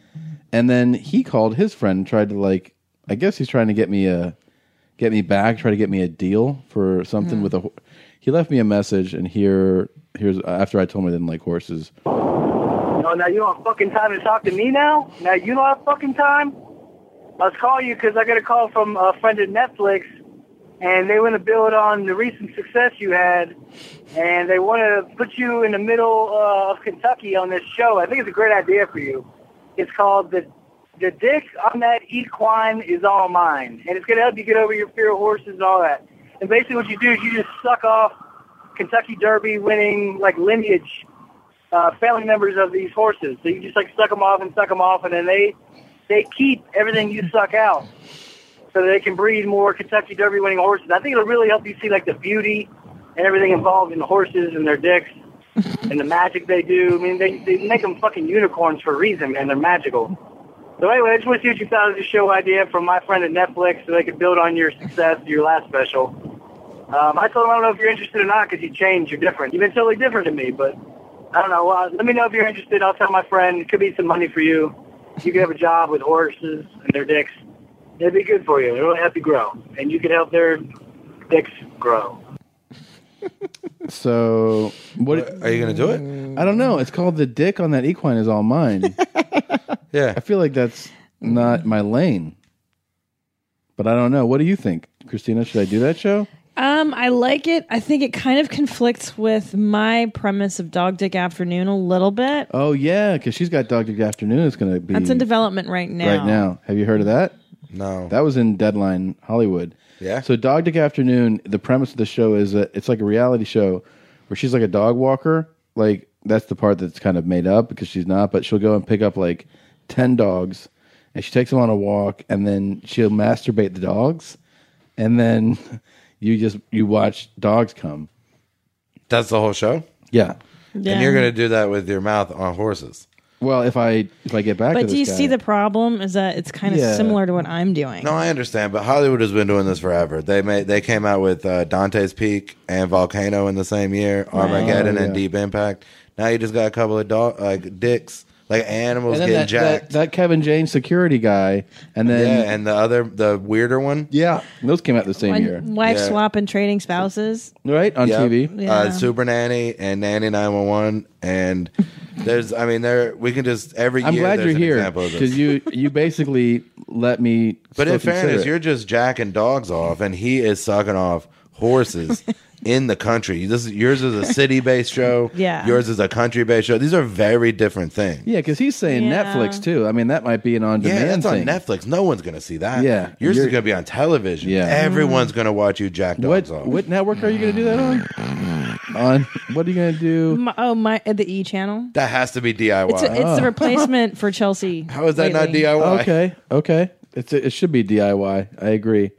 Speaker 2: and then he called his friend and tried to like. I guess he's trying to get me a, get me back, try to get me a deal for something
Speaker 17: Hmm.
Speaker 2: with a. ho- He left me a message, and here, here's after I told him I didn't like horses.
Speaker 15: No, now you don't have fucking time to talk to me now? Now you don't have fucking time? I was calling you because I got a call from a friend at Netflix, and they want to build on the recent success you had, and they want to put you in the middle uh, of Kentucky on this show. I think it's a great idea for you. It's called the the dick on that equine is all mine, and it's gonna help you get over your fear of horses and all that. And basically, what you do is you just suck off Kentucky Derby winning like lineage uh, family members of these horses. So you just like suck them off and suck them off, and then they they keep everything you suck out, so they can breed more Kentucky Derby winning horses. I think it'll really help you see like the beauty and everything involved in the horses and their dicks and the magic they do. I mean, they they make them fucking unicorns for a reason, man. They're magical. So anyway, I just want to see what you thought of the show idea from my friend at Netflix, so they could build on your success, your last special. Um, I told him I don't know if you're interested or not because you changed, you're different. You've been totally different to me, but I don't know. Uh, let me know if you're interested. I'll tell my friend. It could be some money for you. You could have a job with horses and their dicks. It'd be good for you. It'll help you grow, and you could help their dicks grow.
Speaker 2: So what
Speaker 11: are you gonna do it?
Speaker 2: I don't know. It's called the dick on that equine is all mine.
Speaker 11: yeah,
Speaker 2: I feel like that's not my lane. But I don't know. What do you think, Christina? Should I do that show?
Speaker 3: Um, I like it. I think it kind of conflicts with my premise of Dog Dick Afternoon a little bit.
Speaker 2: Oh yeah, because she's got Dog Dick Afternoon. It's going to be
Speaker 3: That's in development right now.
Speaker 2: right now. Have you heard of that?
Speaker 11: No.
Speaker 2: That was in Deadline Hollywood.
Speaker 11: Yeah.
Speaker 2: So Dog Dick Afternoon, the premise of the show is that it's like a reality show where she's like a dog walker. Like that's the part that's kind of made up because she's not, but she'll go and pick up like 10 dogs and she takes them on a walk and then she'll masturbate the dogs and then you just you watch dogs come.
Speaker 11: That's the whole show.
Speaker 2: Yeah.
Speaker 11: And you're gonna do that with your mouth on horses.
Speaker 2: Well, if I if I get back
Speaker 3: But do you see the problem? Is that it's kind of
Speaker 11: Yeah.
Speaker 3: similar to what I'm doing.
Speaker 11: No, I understand, but Hollywood has been doing this forever. They made they came out with uh, Dante's Peak and Volcano in the same year, Armageddon
Speaker 2: Oh, yeah.
Speaker 11: and Deep Impact. Now you just got a couple of dog like dicks, like animals
Speaker 2: and then
Speaker 11: getting
Speaker 2: that,
Speaker 11: jacked.
Speaker 2: that, that Kevin James security guy and then
Speaker 11: yeah, and the other the weirder one.
Speaker 2: Yeah, those came out the same
Speaker 3: When
Speaker 2: year.
Speaker 3: Wife
Speaker 11: Yeah.
Speaker 3: swapping, trading spouses.
Speaker 2: right on
Speaker 11: Yep.
Speaker 2: TV.
Speaker 3: Yeah.
Speaker 11: Uh, Super Nanny and Nanny Nine One One, and there's I mean there we can just every
Speaker 2: I'm
Speaker 11: year
Speaker 2: glad
Speaker 11: there's
Speaker 2: you're
Speaker 11: an
Speaker 2: here
Speaker 11: example of this.
Speaker 2: because you you basically let me.
Speaker 11: But
Speaker 2: still
Speaker 11: in fairness,
Speaker 2: consider it.
Speaker 11: you're just jacking dogs off, and he is sucking off horses in the country. This is, yours is a city-based show.
Speaker 2: Yeah.
Speaker 11: Yours is a country-based show. These are very different things.
Speaker 2: yeah, because he's saying
Speaker 11: Yeah.
Speaker 2: Netflix too. I mean, that might be an on
Speaker 11: Yeah,
Speaker 2: demand
Speaker 11: that's
Speaker 2: thing.
Speaker 11: on Netflix. No one's gonna see that.
Speaker 2: Yeah.
Speaker 11: yours is
Speaker 2: You're-
Speaker 11: gonna be on television.
Speaker 2: Yeah.
Speaker 11: everyone's
Speaker 3: Mm.
Speaker 11: gonna watch you jack dogs off.
Speaker 2: What network are you going to do that on? on what are you going to do?
Speaker 3: My, oh my, uh, the E channel.
Speaker 11: That has to be DIY.
Speaker 3: It's a, it's
Speaker 2: Oh.
Speaker 3: the replacement for Chelsea. How lately.
Speaker 2: Okay, okay. It's it should be DIY. I agree.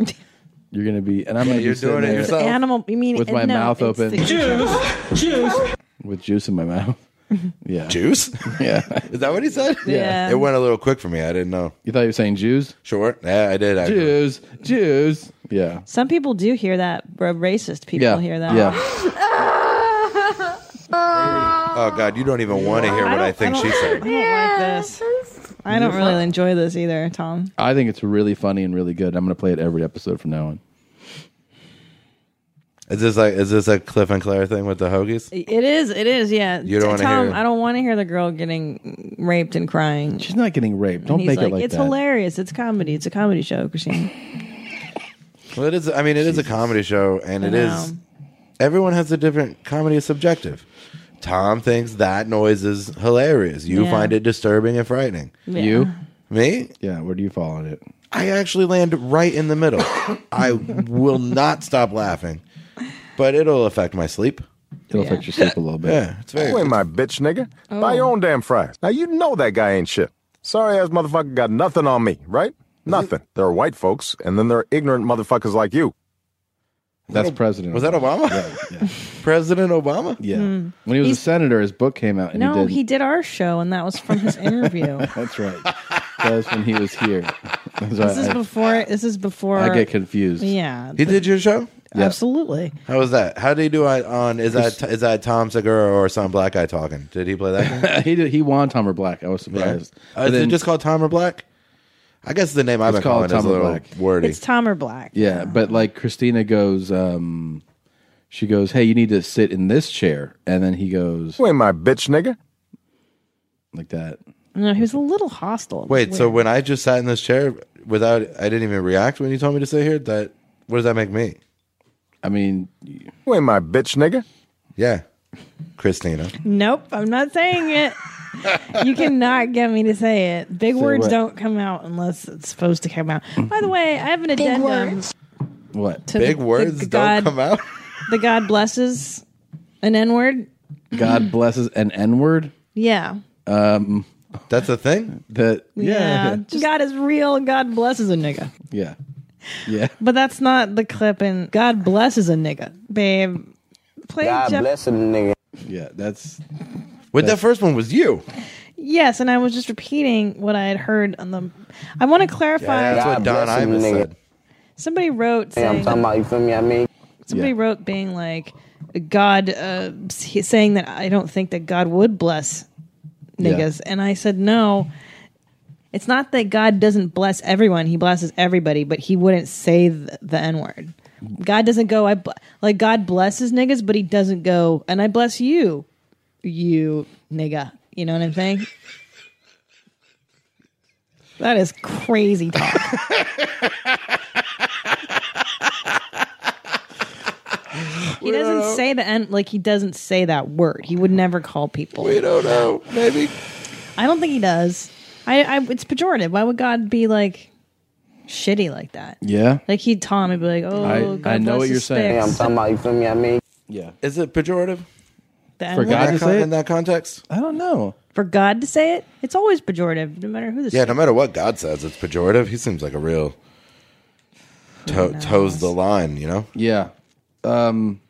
Speaker 2: You're going to be, and I'm
Speaker 11: Yeah,
Speaker 2: going to
Speaker 11: you're
Speaker 2: be sitting
Speaker 11: doing it
Speaker 2: there
Speaker 11: yourself.
Speaker 3: Animal. You mean
Speaker 2: with
Speaker 3: uh,
Speaker 2: my
Speaker 3: no,
Speaker 2: mouth
Speaker 3: it's
Speaker 2: open,
Speaker 3: the E channel.
Speaker 16: Juice.
Speaker 2: with juice in my mouth. Yeah,
Speaker 11: juice.
Speaker 2: Yeah,
Speaker 11: is that what he said?
Speaker 2: Yeah.
Speaker 11: It went a little quick for me. I didn't know.
Speaker 2: You thought you were saying Jews?
Speaker 11: Sure. Yeah, I did. Actually.
Speaker 2: Jews, Jews. Yeah,
Speaker 3: Some people do hear that. r- Racist people
Speaker 11: Yeah,
Speaker 3: hear that.
Speaker 11: yeah. Oh God, you don't even want to hear what I, think she said.
Speaker 3: I don't like this. I don't really enjoy this either, Tom.
Speaker 2: I think it's really funny and really good. I'm going to play it every episode from now on.
Speaker 11: Is this like is this a Cliff and Claire thing with the hoagies?
Speaker 3: It is. It is. Yeah.
Speaker 11: You don't
Speaker 3: T-
Speaker 11: wanna
Speaker 3: Tom,
Speaker 11: hear-
Speaker 3: I don't want to hear the girl getting raped and crying.
Speaker 2: She's not getting raped. Don't
Speaker 3: and he's
Speaker 2: make
Speaker 3: like,
Speaker 2: it like
Speaker 3: It's
Speaker 2: that.
Speaker 3: hilarious. It's comedy. It's a comedy show, Christine.
Speaker 11: Well, it is. I mean, it is a comedy show, and
Speaker 12: I
Speaker 11: it is.
Speaker 12: know.
Speaker 11: Everyone has a different comedy. Is subjective. Tom thinks that noise is hilarious. You
Speaker 12: Yeah.
Speaker 11: find it disturbing and frightening.
Speaker 12: Yeah. You?
Speaker 11: me,
Speaker 2: yeah. Where do you fall on it?
Speaker 11: I actually land right in the middle. I will not stop laughing, but it'll affect my sleep.
Speaker 2: It'll affect your sleep a little bit.
Speaker 11: Yeah, it's very.
Speaker 17: You ain't my bitch, nigga.
Speaker 12: Oh.
Speaker 17: Buy your own damn fries. Now you know that guy ain't shit. Sorry ass motherfucker got nothing on me, right? Nothing. There are white folks, and then there are ignorant motherfuckers like you.
Speaker 2: That's President.
Speaker 11: Was that Obama? President Obama?
Speaker 2: Yeah. When he was a senator, his book came out. And
Speaker 3: Hmm. Mm. no,
Speaker 2: he
Speaker 3: he did our show, and that was from his interview.
Speaker 2: did. That's right. That was when he was here. That's why
Speaker 3: this is
Speaker 2: I-
Speaker 3: before. This is before.
Speaker 2: I get confused.
Speaker 3: Yeah,
Speaker 11: He did your show?
Speaker 3: Absolutely.
Speaker 11: How was that? How did he do it on? Is that is that Tom Segura or some black guy talking? Did he play that? Game?
Speaker 2: he did. He won Tom or Black. I was surprised.
Speaker 11: Uh, is it just called Tom or Black? I guess the name I've
Speaker 2: It's
Speaker 11: been calling is
Speaker 2: called
Speaker 11: a
Speaker 2: Tom or
Speaker 11: little
Speaker 2: Black.
Speaker 11: wordy.
Speaker 3: It's Tom or Black.
Speaker 2: Yeah, but like Christina goes, um, she goes, "Hey, you need to sit in this chair," and then he goes,
Speaker 17: "Wait, my bitch, nigga,"
Speaker 2: like that.
Speaker 3: No, he was a little hostile. It was
Speaker 11: Wait, so
Speaker 3: weird.
Speaker 11: when I just sat in this chair without, I didn't even react when you told me to sit here. That what does that make me?
Speaker 2: I mean,
Speaker 17: Wait, my bitch, nigga.
Speaker 11: Yeah, Christina.
Speaker 3: Nope, I'm not saying it. you cannot get me to say it. Big
Speaker 2: Say
Speaker 3: words
Speaker 2: what?
Speaker 3: don't come out unless it's supposed to come out. By the way, I have an addendum.
Speaker 2: What
Speaker 3: to the- the God- The God blesses an N word.
Speaker 2: God blesses an N word.
Speaker 3: Yeah.
Speaker 2: Um,
Speaker 11: that's a thing.
Speaker 2: That
Speaker 3: Yeah.
Speaker 2: yeah,
Speaker 3: just- God is real and God blesses a nigga.
Speaker 2: yeah, yeah.
Speaker 3: But that's not the clip in God blesses a nigga. Babe. Play Jeff.
Speaker 11: a nigga.
Speaker 2: Yeah, that's.
Speaker 11: Wait, that first one was you.
Speaker 3: Yes, and I was just repeating what I had heard on the I want to clarify
Speaker 11: that's what Don Imus said.
Speaker 3: somebody wrote saying
Speaker 11: about you feel me? I mean,
Speaker 3: Somebody wrote being like, God uh, s- saying that I don't think that God would bless
Speaker 12: Yeah.
Speaker 3: niggas. And I said, no. It's not that God doesn't bless everyone. He blesses everybody, but he wouldn't say the, the N word. God doesn't go, I bl-. like, God blesses niggas, but he doesn't go, and I bless you, you nigga. You know what I'm saying? that is crazy talk. He doesn't say the end like he doesn't say that word. He would never call people.
Speaker 11: We don't know. Maybe
Speaker 3: I don't think he does. I, I it's pejorative. Why would God be like shitty like that?
Speaker 2: Yeah.
Speaker 3: Like he'd Tom and be like, "Oh,
Speaker 2: I-
Speaker 3: God
Speaker 2: I know
Speaker 3: bless
Speaker 2: what
Speaker 3: his
Speaker 2: you're saying.
Speaker 3: sticks."
Speaker 2: Yeah, I'm talking
Speaker 11: about you feel me? I mean,
Speaker 2: yeah.
Speaker 11: Is it pejorative?
Speaker 3: The
Speaker 11: For
Speaker 3: N-word?
Speaker 11: God to say it? in that context?
Speaker 2: I don't know.
Speaker 3: For God to say it, it's always pejorative, no matter who the
Speaker 11: Yeah, no matter what God says, it's pejorative. He seems like a real to- toes the line, you know.
Speaker 2: Yeah. Um,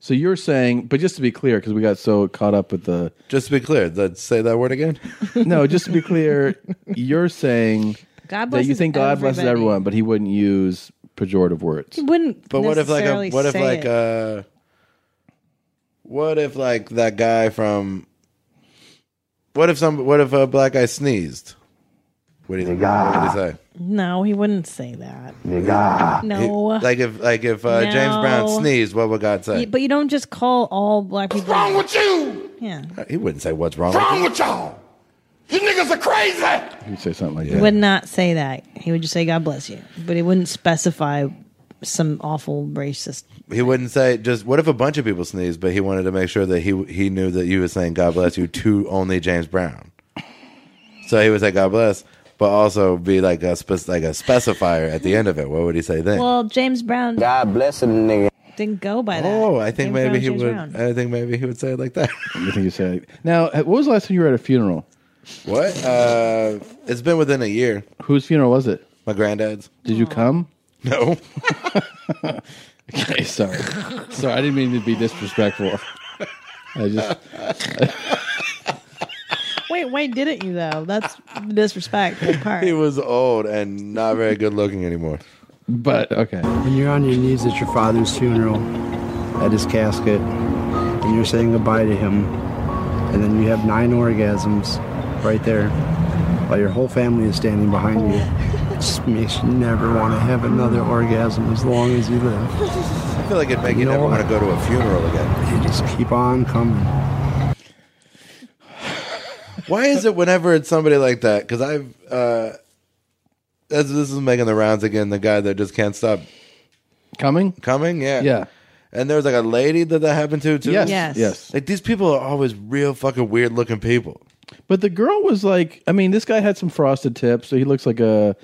Speaker 2: so you're saying, but just to be clear, because we got so caught up with the.
Speaker 11: Just to be clear, that say that word again.
Speaker 2: no, just to be clear, you're saying
Speaker 3: God
Speaker 2: that you
Speaker 3: blesses
Speaker 2: think God blesses
Speaker 3: everybody.
Speaker 2: everyone, but He wouldn't use pejorative words.
Speaker 3: He wouldn't.
Speaker 11: But what if like a
Speaker 3: necessarily
Speaker 11: what if
Speaker 3: say
Speaker 11: like
Speaker 3: it.
Speaker 11: uh what if like that guy from what if some what if a black guy sneezed? What do you think? What did he say?
Speaker 3: no, he wouldn't say that.
Speaker 11: He-
Speaker 3: No.
Speaker 11: like if like if uh, James Brown
Speaker 3: No.
Speaker 11: sneezed, what would God say?
Speaker 3: You- but you don't just call all black people. What's wrong with
Speaker 7: you?
Speaker 3: Yeah,
Speaker 11: he wouldn't say what's wrong.
Speaker 7: Wrong with y'all? You niggas are crazy.
Speaker 2: He'd say something like
Speaker 3: he would not say that. He would just say God bless you, but he wouldn't specify some awful racist
Speaker 11: He wouldn't say just what if a bunch of people sneezed, but he wanted to make sure that he he knew that you was saying God bless you to only James Brown. So he would say God bless, but also be like a spec- like a specifier at the end of it. What would he say then?
Speaker 3: Well, James Brown
Speaker 11: bless him, nigga.
Speaker 3: didn't go by that.
Speaker 11: Oh, I
Speaker 3: James
Speaker 11: think maybe
Speaker 3: Brown,
Speaker 11: he
Speaker 3: James
Speaker 11: would.
Speaker 3: Brown.
Speaker 11: I think maybe he would say it like that.
Speaker 2: You think you say now? What was the last time you were at a funeral?
Speaker 11: What? Uh, it's been within a year.
Speaker 2: Whose funeral was it?
Speaker 11: My granddad's.
Speaker 2: Did you come?
Speaker 11: No.
Speaker 2: okay, sorry. Sorry, I didn't mean to be disrespectful. I just
Speaker 3: Wait, why didn't you though? That's disrespectful part.
Speaker 11: He was old and not very good looking anymore.
Speaker 2: But okay.
Speaker 18: When you're on your knees at your father's funeral, at his casket, and you're saying goodbye to him, and then you have nine orgasms right there, while your whole family is standing behind you, it just makes you never want to have another orgasm as long as you live.
Speaker 11: I feel like it'd make you never want to go to a funeral again.
Speaker 18: You just keep on coming.
Speaker 11: Why is it whenever it's somebody like that? Because I've uh, this, this is making the rounds again. The guy that just can't stop
Speaker 2: Coming?
Speaker 11: Coming, yeah.
Speaker 2: Yeah.
Speaker 11: And there was like a lady that that happened to, too.
Speaker 2: Yes, Yes. yes.
Speaker 11: Like these people are always real fucking weird looking people.
Speaker 2: But the girl was like, I mean, this guy had some frosted tips, so he looks like a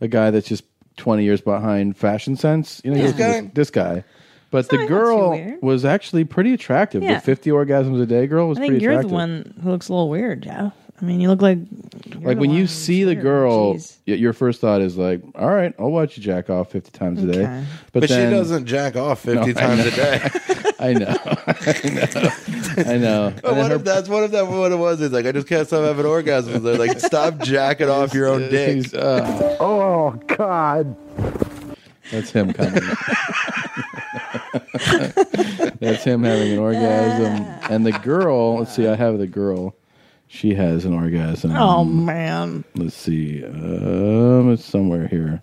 Speaker 2: a guy that's just twenty years behind fashion sense. You know, he
Speaker 11: This
Speaker 2: looks like
Speaker 11: guy?
Speaker 2: this, this guy. But the girl was actually pretty attractive.
Speaker 3: Yeah.
Speaker 2: The fifty orgasms a day girl was
Speaker 3: I think
Speaker 2: pretty
Speaker 3: you're
Speaker 2: attractive.
Speaker 3: the one who looks a little weird, Jeff. I mean, you look like
Speaker 2: like when you see the
Speaker 3: oh,
Speaker 2: girl, y- your first thought is like, "All right, I'll watch you jack off fifty times a
Speaker 11: Okay.
Speaker 2: day."
Speaker 11: But she doesn't jack off 50
Speaker 2: I
Speaker 11: times a
Speaker 2: know.
Speaker 11: day.
Speaker 2: I know, I know, I know.
Speaker 11: But what if that's what if that what it was? It's like I just can't stop having orgasms. They're like, stop jacking off your own dick.
Speaker 2: uh,
Speaker 17: oh God.
Speaker 2: That's him coming. That's him having an orgasm. And the girl, let's see, I have the girl. She has an orgasm.
Speaker 3: Oh, man.
Speaker 2: Let's see. Um, it's somewhere here.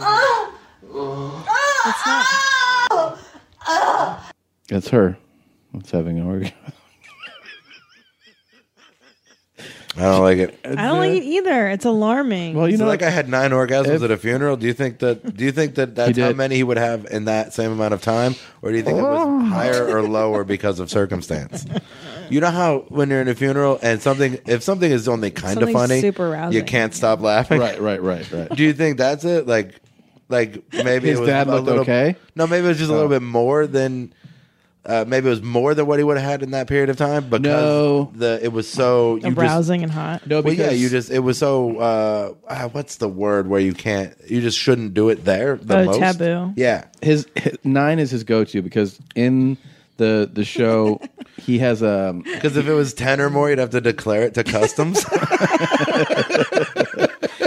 Speaker 16: Ah!
Speaker 5: Oh.
Speaker 16: It's not.
Speaker 2: That's her. That's having an orgasm.
Speaker 11: I don't like it.
Speaker 3: I don't like it either. It's alarming.
Speaker 11: Well, you know, like I had nine orgasms at a funeral. Do you think that? Do you think that that's how
Speaker 2: did.
Speaker 11: many he would have in that same amount of time, or do you think it
Speaker 2: Oh.
Speaker 11: was higher or lower because of circumstance? You know how when you're in a funeral and something, if something is only kind of
Speaker 3: Something's
Speaker 11: funny,
Speaker 3: super
Speaker 11: you
Speaker 3: rousing,
Speaker 11: can't stop laughing.
Speaker 2: Right, right, right, right.
Speaker 11: Do you think that's it? Like, like maybe
Speaker 2: His
Speaker 11: it was
Speaker 2: dad
Speaker 11: a
Speaker 2: looked
Speaker 11: little-
Speaker 2: okay? Oh.
Speaker 11: No, maybe it was just a little bit more than. Uh, maybe it was more than what he would have had in that period of time because the it was so you just-
Speaker 3: arousing and hot.
Speaker 2: No,
Speaker 11: well, yeah, you just it was so uh, ah, what's the word where you can't you just shouldn't do it there the
Speaker 3: Oh,
Speaker 11: most
Speaker 3: taboo.
Speaker 11: Yeah,
Speaker 2: his, his- nine is his go-to because in the the show he has a um,
Speaker 11: because if it was ten or more you'd have to declare it to customs.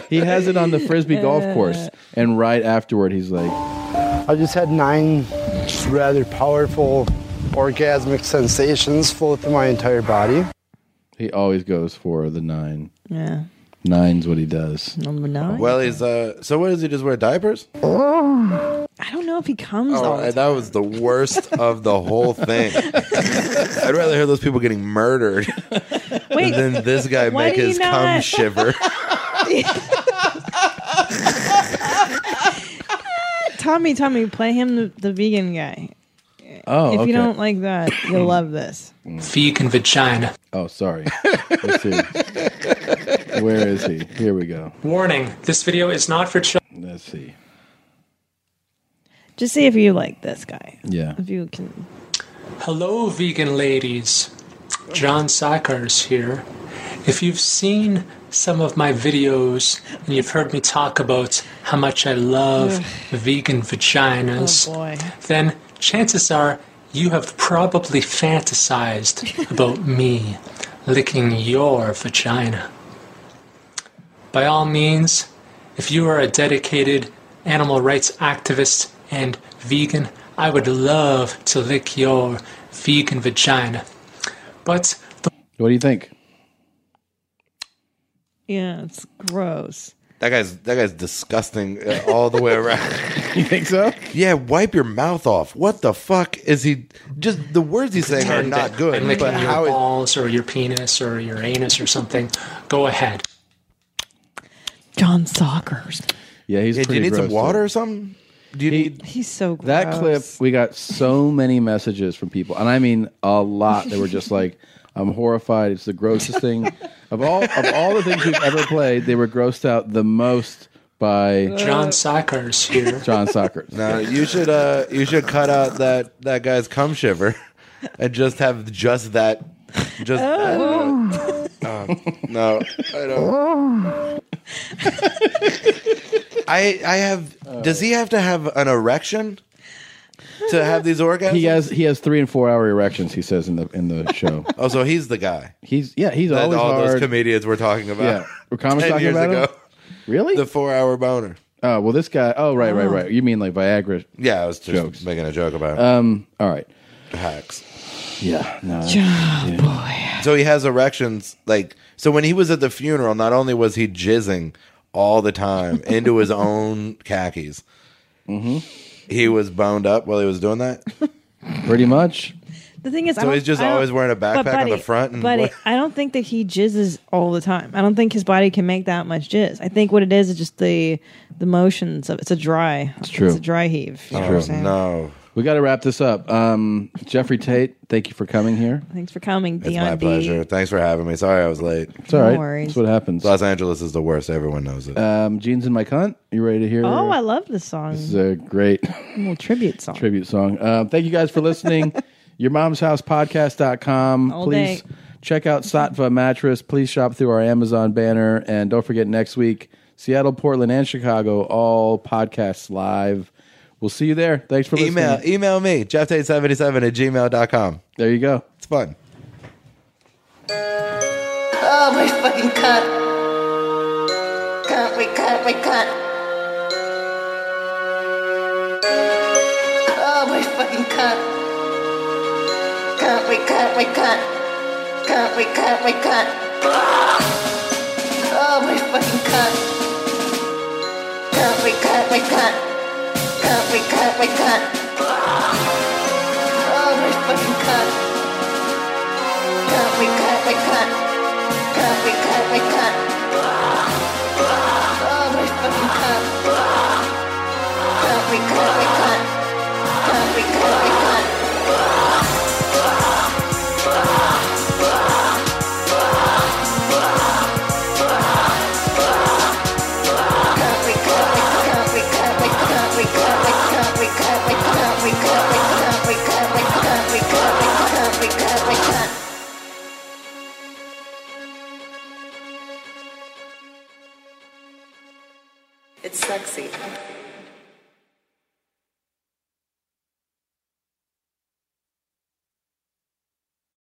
Speaker 2: he has it on the frisbee golf course, and right afterward he's like,
Speaker 18: I just had nine rather powerful orgasmic sensations flow through my entire body.
Speaker 2: he always goes for the nine.
Speaker 3: Yeah.
Speaker 2: Nine's what he does.
Speaker 3: Number nine.
Speaker 11: well, he's uh, so what does he just wear diapers?
Speaker 3: I don't know if he comes all
Speaker 11: Oh,
Speaker 3: the
Speaker 11: and that was the worst of the whole thing. I'd rather hear those people getting murdered
Speaker 3: Wait,
Speaker 11: than this guy
Speaker 3: why
Speaker 11: make
Speaker 3: did he
Speaker 11: his cum
Speaker 3: not-
Speaker 11: shiver.
Speaker 3: Tommy, Tommy, play him the, the vegan guy.
Speaker 2: Oh,
Speaker 3: if
Speaker 2: okay.
Speaker 3: you don't like that, you'll love this.
Speaker 2: Vegan vagina. Oh, sorry. Let's see. Where is he? Here we go.
Speaker 19: Warning, this video is not for children.
Speaker 2: Let's see.
Speaker 3: Just see if you like this guy.
Speaker 2: Yeah.
Speaker 3: If you can.
Speaker 19: Hello, vegan ladies. John Sackers here. If you've seen some of my videos and you've heard me talk about how much I love vegan vaginas,
Speaker 3: Oh boy.
Speaker 19: then chances are you have probably fantasized about me licking your vagina. By all means, if you are a dedicated animal rights activist and vegan, I would love to lick your vegan vagina. But the
Speaker 2: What do you think?
Speaker 3: Yeah, it's gross.
Speaker 11: That guy's that guy's disgusting uh, all the way around.
Speaker 2: you think so?
Speaker 11: Yeah, wipe your mouth off. What the fuck is he? Just the words he's saying are
Speaker 19: pretend
Speaker 11: not
Speaker 19: that
Speaker 11: good.
Speaker 19: I'm licking
Speaker 11: But
Speaker 19: your
Speaker 11: how? It,
Speaker 19: balls or your penis or your anus or something. Go ahead.
Speaker 3: John Sockers.
Speaker 2: Yeah, he's
Speaker 11: Yeah, do you
Speaker 2: pretty
Speaker 11: need some
Speaker 2: gross,
Speaker 11: water
Speaker 2: though.
Speaker 11: or something? Do you need?
Speaker 3: He's so gross.
Speaker 2: That clip, we got so many messages from people, and I mean a lot. They were just like, "I'm horrified. It's the grossest thing of all of all the things we've ever played." They were grossed out the most by
Speaker 19: John Sackers here.
Speaker 2: John Sockers.
Speaker 11: No, you should. Uh, you should cut out that that guy's cum shiver, and just have just that. Just
Speaker 2: Oh.
Speaker 11: um, no, I
Speaker 16: Oh.
Speaker 11: don't. I I have. Does he have to have an erection to have these orgasms?
Speaker 2: He has he has three and four hour erections. He says in the in the show.
Speaker 11: Oh, so he's the guy.
Speaker 2: He's yeah. He's
Speaker 11: That
Speaker 2: always
Speaker 11: all those
Speaker 2: hard.
Speaker 11: comedians we're talking about.
Speaker 2: Yeah. Were comics talking about him? Really?
Speaker 11: The four hour boner.
Speaker 2: oh well, this guy. Oh right, right,
Speaker 11: Oh.
Speaker 2: right. You mean like Viagra?
Speaker 11: Yeah, I was just
Speaker 2: Jokes.
Speaker 11: making a joke about it.
Speaker 2: Um. All right.
Speaker 11: hacks.
Speaker 2: Yeah. No. yeah.
Speaker 11: So he has erections. Like so, when he was at the funeral, not only was he jizzing all the time into his own khakis,
Speaker 2: Mm-hmm.
Speaker 11: he was boned up while he was doing that.
Speaker 2: Pretty much.
Speaker 3: The thing is, I
Speaker 11: So
Speaker 3: don't-
Speaker 11: he's just
Speaker 3: I don't-
Speaker 11: always wearing a
Speaker 3: but
Speaker 11: backpack on the
Speaker 3: buddy-
Speaker 11: front and
Speaker 3: but
Speaker 11: what-
Speaker 3: I don't think that he jizzes all the time. I don't think his body can make that much jizz. I think what it is is just the the motions of it's a dry. It's
Speaker 2: true.
Speaker 3: It's a dry heave. you know what I'm saying?
Speaker 11: no.
Speaker 2: We got to wrap this up. Um, Jeffrey Tate, thank you for coming here.
Speaker 3: Thanks for coming,
Speaker 11: It's my
Speaker 3: Dion D.
Speaker 11: pleasure. Thanks for having me. Sorry I was late.
Speaker 2: It's all right.
Speaker 3: No worries.
Speaker 2: That's what happens.
Speaker 11: Los Angeles is the worst. Everyone knows it.
Speaker 2: Um, Jeans in my cunt. You ready to hear?
Speaker 3: Oh, I love this song.
Speaker 2: This is a great
Speaker 3: little tribute song.
Speaker 2: tribute song. Um, thank you guys for listening. Your mom's house podcast.com.
Speaker 3: All
Speaker 2: Please
Speaker 3: day.
Speaker 2: check out Satva Mattress. Please shop through our Amazon banner. And don't forget next week, Seattle, Portland, and Chicago, all podcasts live. We'll see you there. Thanks for listening.
Speaker 11: Email email me, jefftate77 at gmail.com.
Speaker 2: There you go.
Speaker 11: It's fun.
Speaker 16: Oh, my fucking cunt. Cunt, we cunt, we cunt. Oh, my fucking cunt. Cunt, we cunt, we cunt. Cunt, we cunt, we cunt. Oh, my fucking cunt. Cunt, we cunt, we cunt. Cunt, we cunt, we cunt. Oh, my fucking cunt. Cunt, we cunt, we cunt. Cunt, we cunt, we cunt. Oh, my fucking cunt. Cunt, we cunt, we cunt. Cunt, we cunt, we cunt. Cunt, we cunt, we cunt, we cunt, we cunt, we cunt, we cunt, we cunt, we cunt, we cunt, we cunt, we cunt, we cunt, we cunt, we cunt, we cunt, we cunt.
Speaker 9: It's sexy.